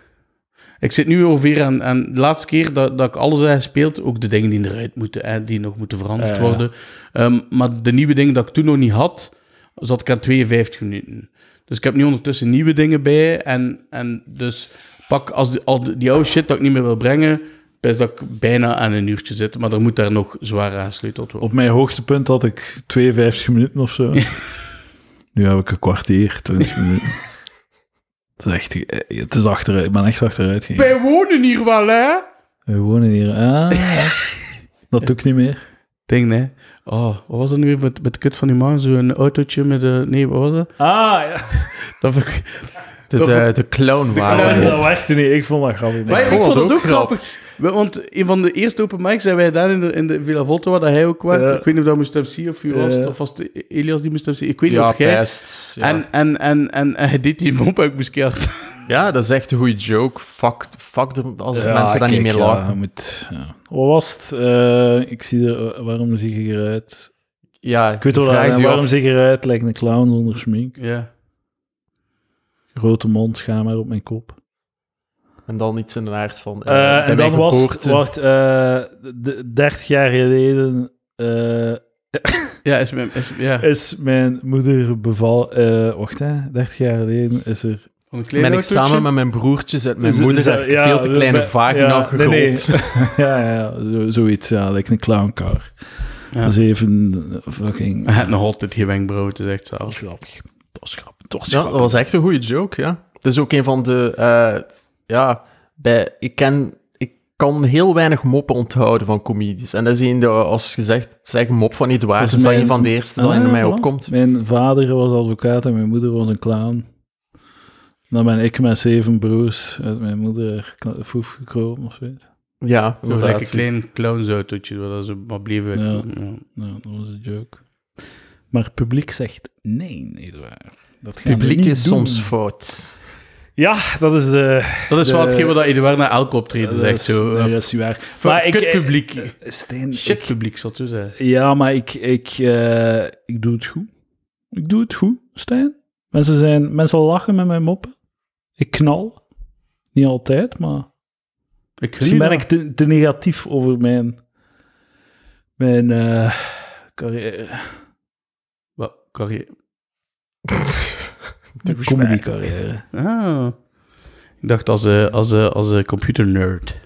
Speaker 2: Ik zit nu ongeveer aan, aan de laatste keer dat, dat ik alles heb gespeeld, ook de dingen die eruit moeten, hè, die nog moeten veranderd
Speaker 1: Ja, ja.
Speaker 2: worden. Ehm, maar de nieuwe dingen dat ik toen nog niet had, zat ik aan 52 minuten. Dus ik heb nu ondertussen nieuwe dingen bij. En, en dus pak als die, al die, die oude shit dat ik niet meer wil brengen, best dat ik bijna aan een uurtje zit. Maar er moet daar nog zwaar aansluiteld worden.
Speaker 1: Op mijn hoogtepunt had ik 52 minuten of zo. *laughs* nu heb ik een kwartier, 20
Speaker 2: *laughs*
Speaker 1: minuten. Het is echt, eh, het is achteruit, ik ben echt achteruit gegaan.
Speaker 2: Wij wonen hier wel, hè?
Speaker 1: We wonen hier, ah,
Speaker 3: *laughs*
Speaker 1: ja. dat doe ik niet meer.
Speaker 2: ding, hè. Oh, wat was dat nu weer met, met de kut van die man? Zo'n autootje met de... Nee, wat was dat?
Speaker 1: Ah, ja.
Speaker 2: dat vind ik...
Speaker 3: De, de, de clown
Speaker 2: clown.
Speaker 3: waren.
Speaker 1: dat werkte niet, ik vond dat grappig.
Speaker 2: Maar ik
Speaker 3: vond
Speaker 2: vond
Speaker 3: het
Speaker 2: dat
Speaker 3: ook
Speaker 2: ook grappig. We- Want een van de eerste open mics zijn wij daar in de, in de Villa Volta, waar dat hij ook was.
Speaker 1: Ja.
Speaker 2: Ik weet niet of dat moest MC of u was,
Speaker 1: Ja.
Speaker 2: of was het Elias die moest MC. Ik weet niet
Speaker 3: Ja,
Speaker 2: of jij...
Speaker 3: best. Ja.
Speaker 2: En, en, en, en, en hij deed die mop ook misschien hard.
Speaker 3: ja, dat is echt een goede joke. Fuck, fuck de, als de
Speaker 1: Ja,
Speaker 3: mensen daar niet
Speaker 1: kijk,
Speaker 3: meer
Speaker 1: ja,
Speaker 3: lachen.
Speaker 1: je moet, ja. Wat was het? Eh, ik zie er, waarom zie ik eruit?
Speaker 3: Ja,
Speaker 1: Ik weet wel,
Speaker 3: vraag
Speaker 1: eh,
Speaker 3: die
Speaker 1: waarom
Speaker 3: af.
Speaker 1: zie ik eruit? Lijkt een clown onder smink.
Speaker 2: Ja.
Speaker 1: Grote mond, schaam maar op mijn kop.
Speaker 3: En dan iets in de aard van... eh,
Speaker 1: Eh,
Speaker 3: bij
Speaker 1: en
Speaker 3: mijn
Speaker 1: dan was het,
Speaker 3: geboorte.
Speaker 1: wacht, eh, d- 30 jaar geleden eh,
Speaker 2: Ja, is... mijn- is ja.
Speaker 1: is mijn moeder bevallen. eh wacht, hè, 30 jaar geleden is er.
Speaker 2: Van een klein
Speaker 3: ben ik
Speaker 2: autootje.
Speaker 3: samen met mijn broertjes uit mijn
Speaker 1: Is-
Speaker 3: moeder
Speaker 1: is-
Speaker 3: heb ik
Speaker 1: ja,
Speaker 3: veel te
Speaker 1: we-
Speaker 3: kleine
Speaker 1: we-
Speaker 3: vagina
Speaker 1: ja, nee,
Speaker 3: gerold.
Speaker 1: nee. *laughs* ja, ja, ja, zo- zoiets, ja, lijkt een clowncar.
Speaker 2: Ja.
Speaker 1: Dat is even eh, fucking.
Speaker 2: Hij had nog altijd geen wenkbrauw, het is echt
Speaker 1: Dat was
Speaker 2: zelfs.
Speaker 1: grappig. Dat was grappig. Dat was
Speaker 3: Ja, dat
Speaker 1: grappig.
Speaker 3: was echt een goede joke, ja. Het is ook een van de... eh, ja, bij, ik, ken, ik kan heel weinig moppen onthouden van comedies. En dat is een, die, als gezegd, zeg een mop van
Speaker 1: Dat
Speaker 3: Edouard, dat
Speaker 1: is
Speaker 3: is dat
Speaker 1: mijn-
Speaker 3: een van de eerste dat
Speaker 1: Ah,
Speaker 3: in mij
Speaker 1: voilà.
Speaker 3: opkomt.
Speaker 1: Mijn vader was advocaat en mijn moeder was een clown. Dan ben ik met zeven broers uit mijn moeder kna- foef gekropen of zoiets.
Speaker 3: Ja,
Speaker 2: Zo'n
Speaker 3: inderdaad.
Speaker 2: lekker klein clownsautootje, waar dat ze maar bleven uitkomen. Ja.
Speaker 1: Nou, dat was een joke. Maar het publiek zegt nee, Eduard. Dat gaan
Speaker 3: Het
Speaker 1: we
Speaker 3: publiek
Speaker 1: niet
Speaker 3: is
Speaker 1: doen.
Speaker 3: soms
Speaker 1: *laughs*
Speaker 3: fout.
Speaker 1: Ja, dat is de...
Speaker 2: Dat is wel
Speaker 1: De-
Speaker 2: hetgeen wat Eduard na elke optreden
Speaker 1: dat
Speaker 2: zegt.
Speaker 1: is-
Speaker 2: Zo,
Speaker 1: nee,
Speaker 2: eh,
Speaker 1: dat is niet waar.
Speaker 2: fuck, kut publiek.
Speaker 1: eh, Stijn,
Speaker 2: Shit
Speaker 1: ik-
Speaker 2: publiek, dus, zal het zo zeggen.
Speaker 1: ja, maar ik, ik, eh, ik doe het goed. Ik doe het goed, Stijn. Mensen, zijn, mensen lachen met mijn moppen. Ik knal. Niet altijd, maar...
Speaker 2: Ik gun
Speaker 1: Misschien
Speaker 2: je
Speaker 1: ben ik
Speaker 2: dat.
Speaker 1: te, te negatief over mijn... Mijn... eh, carrière.
Speaker 2: Wat, carrière?
Speaker 1: Mijn comedy carrière.
Speaker 2: Ah. Ik dacht als, eh als, eh als eh, computernerd.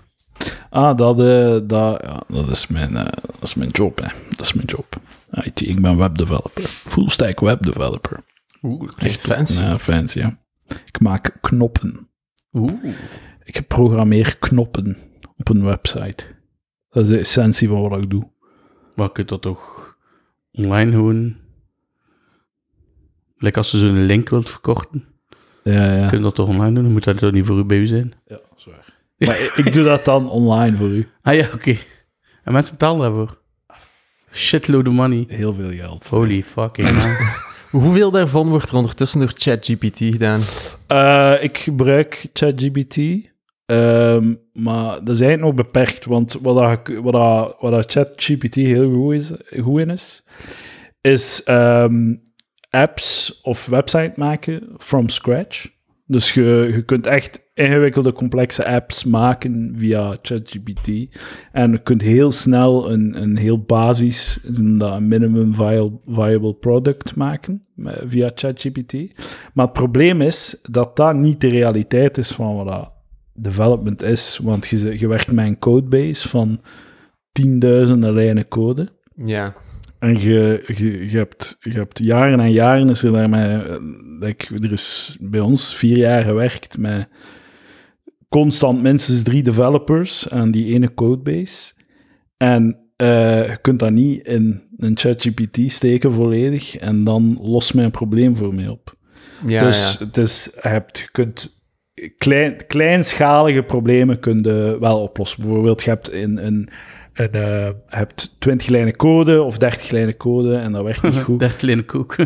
Speaker 1: Ah, dat, eh, dat, ja, dat, is mijn, eh, dat is mijn job, hè. Dat is mijn job. IT, ik ben webdeveloper. Fullstack webdeveloper.
Speaker 3: Oeh, echt fancy.
Speaker 1: Ja, fancy, ja. Ik maak knoppen.
Speaker 2: Oeh.
Speaker 1: ik programmeer knoppen op een website. Dat is de essentie van wat ik doe.
Speaker 2: Maar kun je dat toch online gewoon... Lekker als je zo'n link wilt verkorten,
Speaker 1: Ja, ja.
Speaker 2: kun je dat toch online doen? Dan moet dat toch niet voor u bij u zijn?
Speaker 1: ja zwaar. Maar ik, ik doe dat dan online voor u.
Speaker 2: Ah ja, oké. En mensen betalen daarvoor? Shitload of money.
Speaker 1: Heel veel geld.
Speaker 2: Holy fucking *laughs* hell.
Speaker 3: Hoeveel daarvan wordt er ondertussen door ChatGPT gedaan?
Speaker 1: Eh, ik gebruik ChatGPT, ehm, maar dat is eigenlijk nog beperkt, want wat, dat, wat, dat, wat dat ChatGPT heel goed, is, goed in is, is ehm, apps of website maken from scratch. Dus je, je kunt echt ingewikkelde, complexe apps maken via ChatGPT. En je kunt heel snel een, een heel basis, ze noemen dat een minimum viable, viable product maken eh, via ChatGPT. Maar het probleem is dat dat niet de realiteit is van wat dat development is. Want je, ze- je werkt met een codebase van tienduizenden lijnen code.
Speaker 3: Ja.
Speaker 1: En je, je, je, hebt, je hebt jaren en jaren is er daarmee. eh, like, er is bij ons vier jaar gewerkt met constant minstens drie developers aan die ene codebase. En eh, je kunt dat niet in een ChatGPT steken volledig. En dan lost mij een probleem voor mij op.
Speaker 3: Ja,
Speaker 1: dus
Speaker 3: ja.
Speaker 1: het is, je, hebt, je kunt klein, kleinschalige problemen kun je wel oplossen. Bijvoorbeeld, je hebt in een. een, eh, je hebt 20 lijnen code of 30 lijnen code en dat
Speaker 2: *laughs*
Speaker 1: werkt niet goed.
Speaker 2: Dat kleine koek.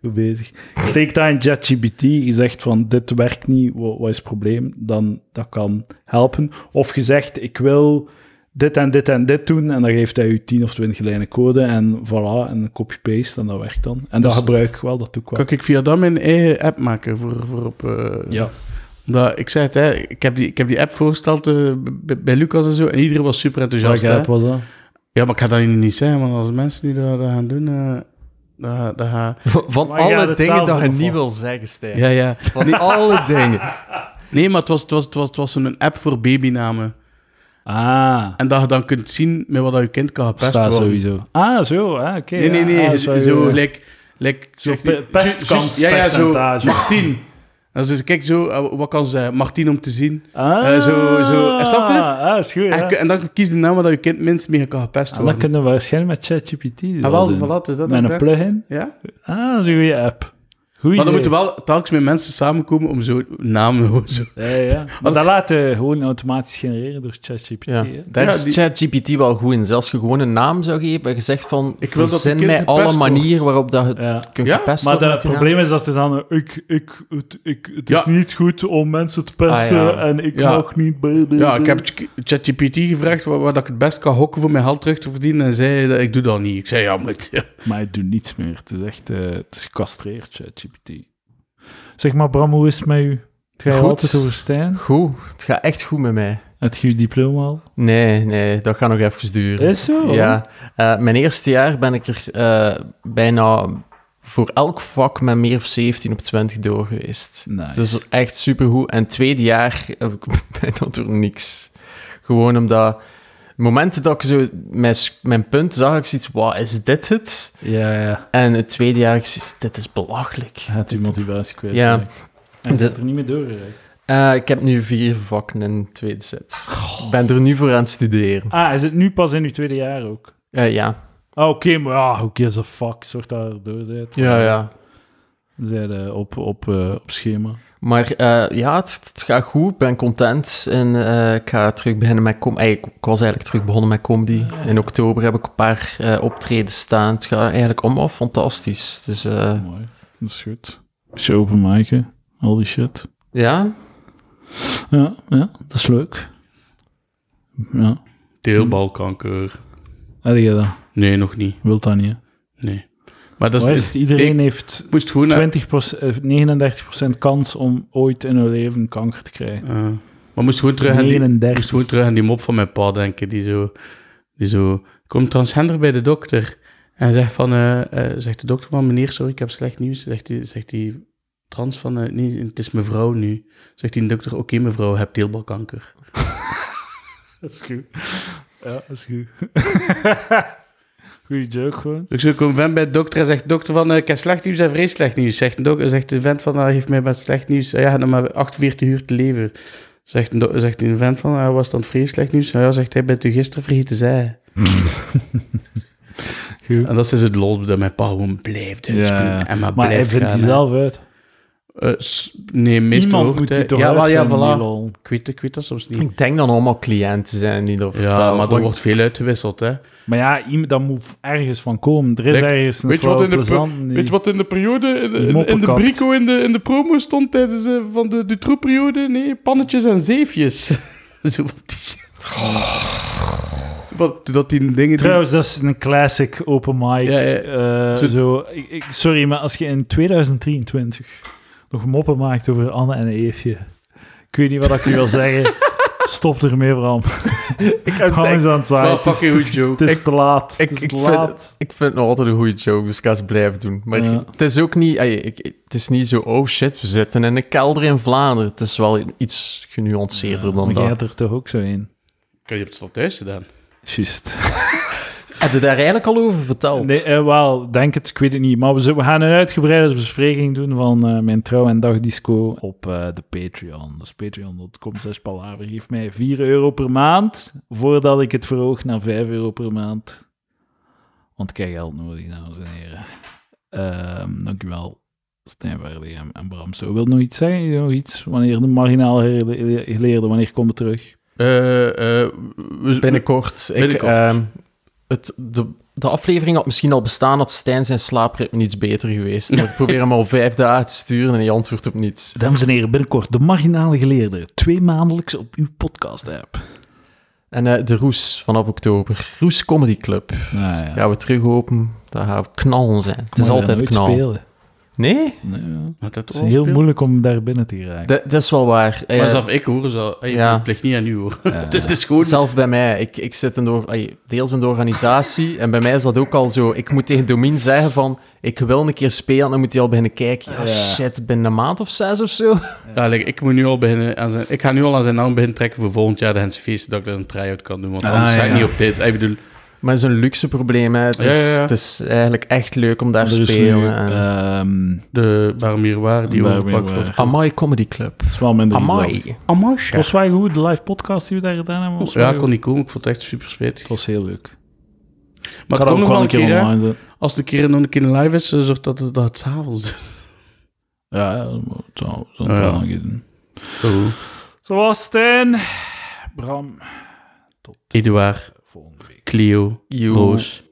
Speaker 1: Goed bezig. Steek dat in ChatGPT, je zegt van dit werkt niet, wa- wat, is het probleem? Dan dat kan helpen. Of je zegt ik wil dit en dit en dit doen en dan geeft hij je 10 of 20 lijnen code en voilà, en een copy-paste en dat werkt dan. En dat
Speaker 2: Dus-
Speaker 1: gebruik ik wel, dat doe ik wel.
Speaker 2: Kan ik via dat mijn eigen app maken voor, voor op... eh,
Speaker 1: Ja.
Speaker 2: Omdat, ik zei het, hè, ik, heb die, ik heb die app voorgesteld eh, bij, bij Lucas en zo, en iedereen was super enthousiast.
Speaker 1: Welke
Speaker 2: hè.
Speaker 1: app was dat?
Speaker 2: Ja, maar ik ga dat nu niet zeggen, want als mensen nu dat, dat gaan doen, eh dat, dat ga...
Speaker 3: *laughs* Van
Speaker 1: Maar je gaat
Speaker 3: alle
Speaker 1: het
Speaker 3: dingen
Speaker 1: zelf
Speaker 3: dat je
Speaker 1: doen, of
Speaker 3: niet
Speaker 1: wat?
Speaker 3: wil zeggen, Stijn.
Speaker 2: Ja, ja.
Speaker 3: Van
Speaker 1: *laughs*
Speaker 3: alle dingen.
Speaker 2: Nee, maar het was, het was, het was, het was een app voor babynamen.
Speaker 1: Ah,
Speaker 2: En dat je dan kunt zien met wat dat je kind kan gepest
Speaker 1: staat
Speaker 2: worden.
Speaker 1: sowieso. Ah, zo, ah, oké.
Speaker 2: Nee, nee, nee,
Speaker 1: ah,
Speaker 2: zo,
Speaker 1: sorry,
Speaker 2: zo
Speaker 1: ja.
Speaker 2: like, like,
Speaker 1: Zo'n
Speaker 2: zegt die-
Speaker 1: pe- pestkans-
Speaker 2: Ja, ja, zo,
Speaker 1: percentage.
Speaker 2: Martien. Dat is dus, kijk, zo, eh, wat kan ze zeggen? Martien om te zien.
Speaker 1: Ah,
Speaker 2: Eh, zo- zo- eh, snap je?
Speaker 1: Ah, is goed,
Speaker 2: En,
Speaker 1: ja. Ah,
Speaker 2: kun- en dan kies de naam waar dat je kind minst mee kan gepest
Speaker 1: En dan
Speaker 2: worden.
Speaker 1: kunnen we waarschijnlijk met ChatGPT doen.
Speaker 2: Ah, wel, voilà, het is dat
Speaker 1: Met
Speaker 2: dat
Speaker 1: een
Speaker 2: ik dacht.
Speaker 1: plugin.
Speaker 2: Ja?
Speaker 1: Ah, dat is een goede app. Goeie
Speaker 2: Maar dan
Speaker 1: idee.
Speaker 2: moeten wel telkens met mensen samenkomen om zo namen gewoon zo.
Speaker 1: Ja, ja. Maar dat laten we gewoon automatisch genereren door ChatGPT.
Speaker 3: Ja.
Speaker 1: hè.
Speaker 3: Daar
Speaker 2: Ja,
Speaker 3: is
Speaker 2: die-
Speaker 3: ChatGPT wel goed in. Zelfs als je gewoon een naam zou geven en je zegt van...
Speaker 2: Ik wil dat die
Speaker 3: verzin
Speaker 2: kind
Speaker 3: mij
Speaker 2: gepest
Speaker 3: alle
Speaker 2: wordt.
Speaker 3: manieren waarop dat je
Speaker 1: Ja.
Speaker 3: kunt
Speaker 2: Ja,
Speaker 3: gepest
Speaker 1: Maar
Speaker 3: worden
Speaker 1: dat- het
Speaker 3: met die
Speaker 1: probleem is dat ze dan... eh, Ik, ik, het, ik, het is
Speaker 2: Ja.
Speaker 1: niet goed om mensen te pesten
Speaker 3: Ah, ja.
Speaker 1: en ik
Speaker 2: Ja.
Speaker 1: mag niet... blah, blah,
Speaker 2: Ja, ik
Speaker 1: blah.
Speaker 2: heb Ch- ChatGPT gevraagd waar, waar dat ik het best kan hokken voor mijn geld terug te verdienen. En zei dat ik doe dat niet. Ik zei ja, maar ja.
Speaker 1: Maar het doet niets meer. Het is echt... eh, het is gecastreerd, ChatGPT. Zeg maar, Bram, hoe is het met u? Het gaat
Speaker 3: Goed.
Speaker 1: altijd over Stijn.
Speaker 3: naam. Goed. Het gaat echt goed met mij.
Speaker 1: Het je je diploma al?
Speaker 3: Nee, nee. Dat gaat nog even duren.
Speaker 1: Is zo?
Speaker 3: Ja, eh, mijn eerste jaar ben ik er eh, bijna voor elk vak met meer of 17 op 20 door geweest.
Speaker 1: Nice.
Speaker 3: Dus echt supergoed. En het tweede jaar heb ik *laughs* bijna door niks. Gewoon omdat... Momenten dat ik zo mijn, s- mijn punt zag, ik zoiets, wat is dit het?
Speaker 1: ja, ja.
Speaker 3: En het tweede jaar, ik zoiets, dit is belachelijk.
Speaker 1: Gaat uw
Speaker 3: Dit-
Speaker 1: motivatie kwijt.
Speaker 3: Ja.
Speaker 1: eigenlijk. En je
Speaker 3: De-
Speaker 1: zit er niet meer doorgereikt.
Speaker 3: Eh, ik heb nu vier vakken in het tweede set. Ik ben er nu voor aan het studeren.
Speaker 1: Ah, is het nu pas in uw tweede jaar ook?
Speaker 3: Eh, ja.
Speaker 1: Ah, oké, maar ja, who gives a fuck? Zorg dat er door bent.
Speaker 3: ja.
Speaker 1: Zij eh, op, op, eh, op schema.
Speaker 3: Maar eh, ja, het, het gaat goed. Ik ben content. En eh, ik ga terug beginnen met comedy. Ik ik was eigenlijk terug begonnen met comedy. In oktober heb ik een paar eh optredens staan. Het gaat eigenlijk allemaal fantastisch. Dus eh,
Speaker 1: Mooi. Dat is goed. Show open maken. Al die shit.
Speaker 3: ja,
Speaker 1: Ja, ja, dat is leuk. Ja.
Speaker 2: Deelbalkanker.
Speaker 1: Heb je dat?
Speaker 2: Nee, nog niet.
Speaker 1: Wilt dat niet, hè?
Speaker 2: Nee. Maar dat
Speaker 1: Maar
Speaker 2: is,
Speaker 1: is- iedereen
Speaker 2: ik
Speaker 1: heeft
Speaker 2: moest gewoon...
Speaker 1: 20%, eh, 39% kans om ooit in hun leven kanker te krijgen.
Speaker 2: eh, maar moest gewoon, terug aan die,
Speaker 1: 39.
Speaker 2: moest gewoon terug aan die mop van mijn pa denken, die zo... Die zo komt transgender bij de dokter en zegt van... eh, eh, zegt de dokter van, meneer, sorry, ik heb slecht nieuws. Zegt die, zegt die trans van, eh, nee, het is mevrouw nu. Zegt die dokter, oké mevrouw, je hebt deelbalkanker. *laughs*
Speaker 1: Dat is goed. Ja, dat is goed. Goeie joke gewoon.
Speaker 2: Dus ik zoek een vent bij de dokter en zegt dokter van, eh, ik heb slecht nieuws en vrees slecht nieuws. Zegt, een dok- zegt de vent van, hij heeft mij met slecht nieuws, eh, ja, hij had nog maar 48 uur te leven. Zegt een, do- zegt een vent van, hij was het dan vrees slecht nieuws? Ja, zegt hij, bent u gisteren vergeten zei.
Speaker 1: *laughs* Goed.
Speaker 2: En dat is dus het lol dat mijn pa gewoon blijft
Speaker 1: Ja,
Speaker 2: dus
Speaker 1: ja.
Speaker 2: en maar,
Speaker 1: Maar hij
Speaker 2: blijft
Speaker 1: vindt
Speaker 2: gaan,
Speaker 1: die
Speaker 2: hè.
Speaker 1: zelf uit.
Speaker 2: Eh, s- nee, meestal
Speaker 1: Iemand
Speaker 2: hoort
Speaker 1: moet
Speaker 2: hij-
Speaker 1: die toch
Speaker 2: ja, wel, ja,
Speaker 1: uitvinden, die
Speaker 2: voilà.
Speaker 1: lol.
Speaker 2: Ik weet, ik weet dat soms niet.
Speaker 3: Ik denk dan allemaal cliënten zijn die dat
Speaker 2: Ja,
Speaker 3: vertellen.
Speaker 2: maar er
Speaker 3: Want-
Speaker 2: wordt veel uitgewisseld, hè.
Speaker 1: Maar ja, iemand, dat moet ergens van komen. Er is
Speaker 2: Kijk,
Speaker 1: ergens een
Speaker 2: weet je wat
Speaker 1: flauwe
Speaker 2: in de pu-
Speaker 1: plezant die-
Speaker 2: Weet je wat in de periode, in
Speaker 1: Die
Speaker 2: de, in- in de
Speaker 1: moppenkast.
Speaker 2: brico, in de, in de promo stond tijdens eh, van de, de troepperiode? Nee, pannetjes en zeefjes. *laughs* Zo van die shit. Oh. Wat, dat die dingen... die-
Speaker 1: Trouwens, dat is een classic open mic.
Speaker 2: Ja, ja.
Speaker 1: eh,
Speaker 2: Zo-
Speaker 1: zo, ik, ik- sorry, maar als je in 2023 nog moppen maakt over Anne en Eefje, ik weet niet wat ik u wil zeggen. Stop ermee, Bram.
Speaker 3: Ik heb
Speaker 1: Bram is
Speaker 3: denk-
Speaker 1: aan het zwaaien.
Speaker 2: Wel
Speaker 1: Het is-
Speaker 2: fucking
Speaker 1: het is-
Speaker 2: goed joke.
Speaker 1: Het is te laat.
Speaker 3: ik-
Speaker 1: het is
Speaker 3: ik
Speaker 1: te
Speaker 3: vind-
Speaker 1: laat.
Speaker 3: Ik vind het nog altijd een goede joke, dus ik ga ze blijven doen. Maar
Speaker 1: Ja.
Speaker 3: het is ook niet, ey, ik, het is niet zo, oh shit, we zitten in een kelder in Vlaanderen. Het is wel iets genuanceerder
Speaker 1: Maar
Speaker 3: dan
Speaker 1: jij
Speaker 3: dat.
Speaker 1: had er toch ook zo in?
Speaker 2: Ik heb het stad thuis gedaan.
Speaker 1: Juist.
Speaker 3: Heb je daar eigenlijk al over verteld?
Speaker 1: Nee, eh, wel, denk het, ik weet het niet. Maar we, zullen- we gaan een uitgebreide bespreking doen van eh, mijn trouw- en dagdisco op eh, de Patreon. Dus patreon.com slash palaver geeft mij 4 euro per maand, voordat ik het verhoog naar 5 euro per maand. Want ik heb geld nodig, dames en heren. Ehm, dankjewel, Stijn Verdi en, en Bram. Zo, wil je nog iets zeggen? Nog iets? Wanneer de marginaal gele- geleerde, wanneer komen we terug?
Speaker 2: Eh, eh, we-
Speaker 3: Binnenkort. Ik,
Speaker 2: Binnenkort.
Speaker 3: ehm, het, de, de aflevering had misschien al bestaan, had Stijn zijn slaapritme iets beter geweest. Maar
Speaker 2: *laughs*
Speaker 3: ik probeer hem al vijf dagen te sturen en hij antwoordt op niets.
Speaker 1: Dames en heren, binnenkort de marginale geleerde. Twee maandelijks op uw podcast-app.
Speaker 3: En eh, de Roes vanaf oktober. Roes Comedy Club.
Speaker 1: Nou
Speaker 3: Gaan we terug open. Daar gaan we knallen zijn. Het is
Speaker 1: Maar
Speaker 3: altijd
Speaker 1: nooit
Speaker 3: knallen.
Speaker 1: spelen.
Speaker 3: Nee?
Speaker 1: Nee,
Speaker 2: Had dat
Speaker 1: het is heel
Speaker 2: al
Speaker 1: moeilijk om daar binnen te geraken.
Speaker 3: Dat, dat is wel waar. Eh,
Speaker 2: Maar zelf ik hoor ze al.
Speaker 3: Ja.
Speaker 2: Ja. Het ligt niet aan u hoor.
Speaker 1: Ja.
Speaker 2: *laughs* Het is dus gewoon...
Speaker 3: Zelf bij mij, ik, ik zit in de, or- ai, deels in de organisatie en bij mij is dat ook al zo. Ik moet tegen Domien zeggen van, ik wil een keer spelen en dan moet hij al beginnen kijken. Ja,
Speaker 1: Ja.
Speaker 3: shit, binnen een maand of zes of zo.
Speaker 2: Ja, like, ik, moet nu al beginnen aan zijn, ik ga nu al aan zijn naam beginnen trekken voor volgend jaar de Hens Feest, dat ik dan een try-out kan doen. Want
Speaker 1: Ah,
Speaker 2: anders ga ik
Speaker 1: ja.
Speaker 2: niet op dit. Ik bedoel,
Speaker 3: Maar het is een luxe probleem. Hè. Het, is,
Speaker 2: Ja, ja, ja.
Speaker 3: het is eigenlijk echt leuk om daar
Speaker 1: Er
Speaker 3: te
Speaker 1: is
Speaker 3: spelen.
Speaker 1: nu,
Speaker 3: en-
Speaker 1: ehm,
Speaker 2: de Barmierwaar die
Speaker 1: Waarom
Speaker 2: overpakt
Speaker 1: hier
Speaker 2: wordt.
Speaker 1: waar.
Speaker 3: Amai Comedy Club.
Speaker 1: het is wel minder gezellig.
Speaker 3: Amai.
Speaker 1: Het was wel goed, de live podcast die we daar gedaan hebben. was
Speaker 2: Ja,
Speaker 1: wel
Speaker 2: ik
Speaker 1: goed.
Speaker 2: kon niet komen. Ik vond het echt super spijtig.
Speaker 1: Het was heel leuk.
Speaker 2: Maar
Speaker 1: Ik
Speaker 2: het
Speaker 1: had
Speaker 2: komt nog wel een keer, hè.
Speaker 1: online. zetten.
Speaker 2: Als de keer nog een keer live is, eh, zorg dat het, dat het s'avonds doet.
Speaker 1: Ja, ja, maar het zou zou
Speaker 2: Ja.
Speaker 1: het wel een keer doen. Zo was het, Stijn. Bram,
Speaker 2: Eduard,
Speaker 1: volgende week.
Speaker 2: Cleo,
Speaker 3: Yo.
Speaker 2: Roos.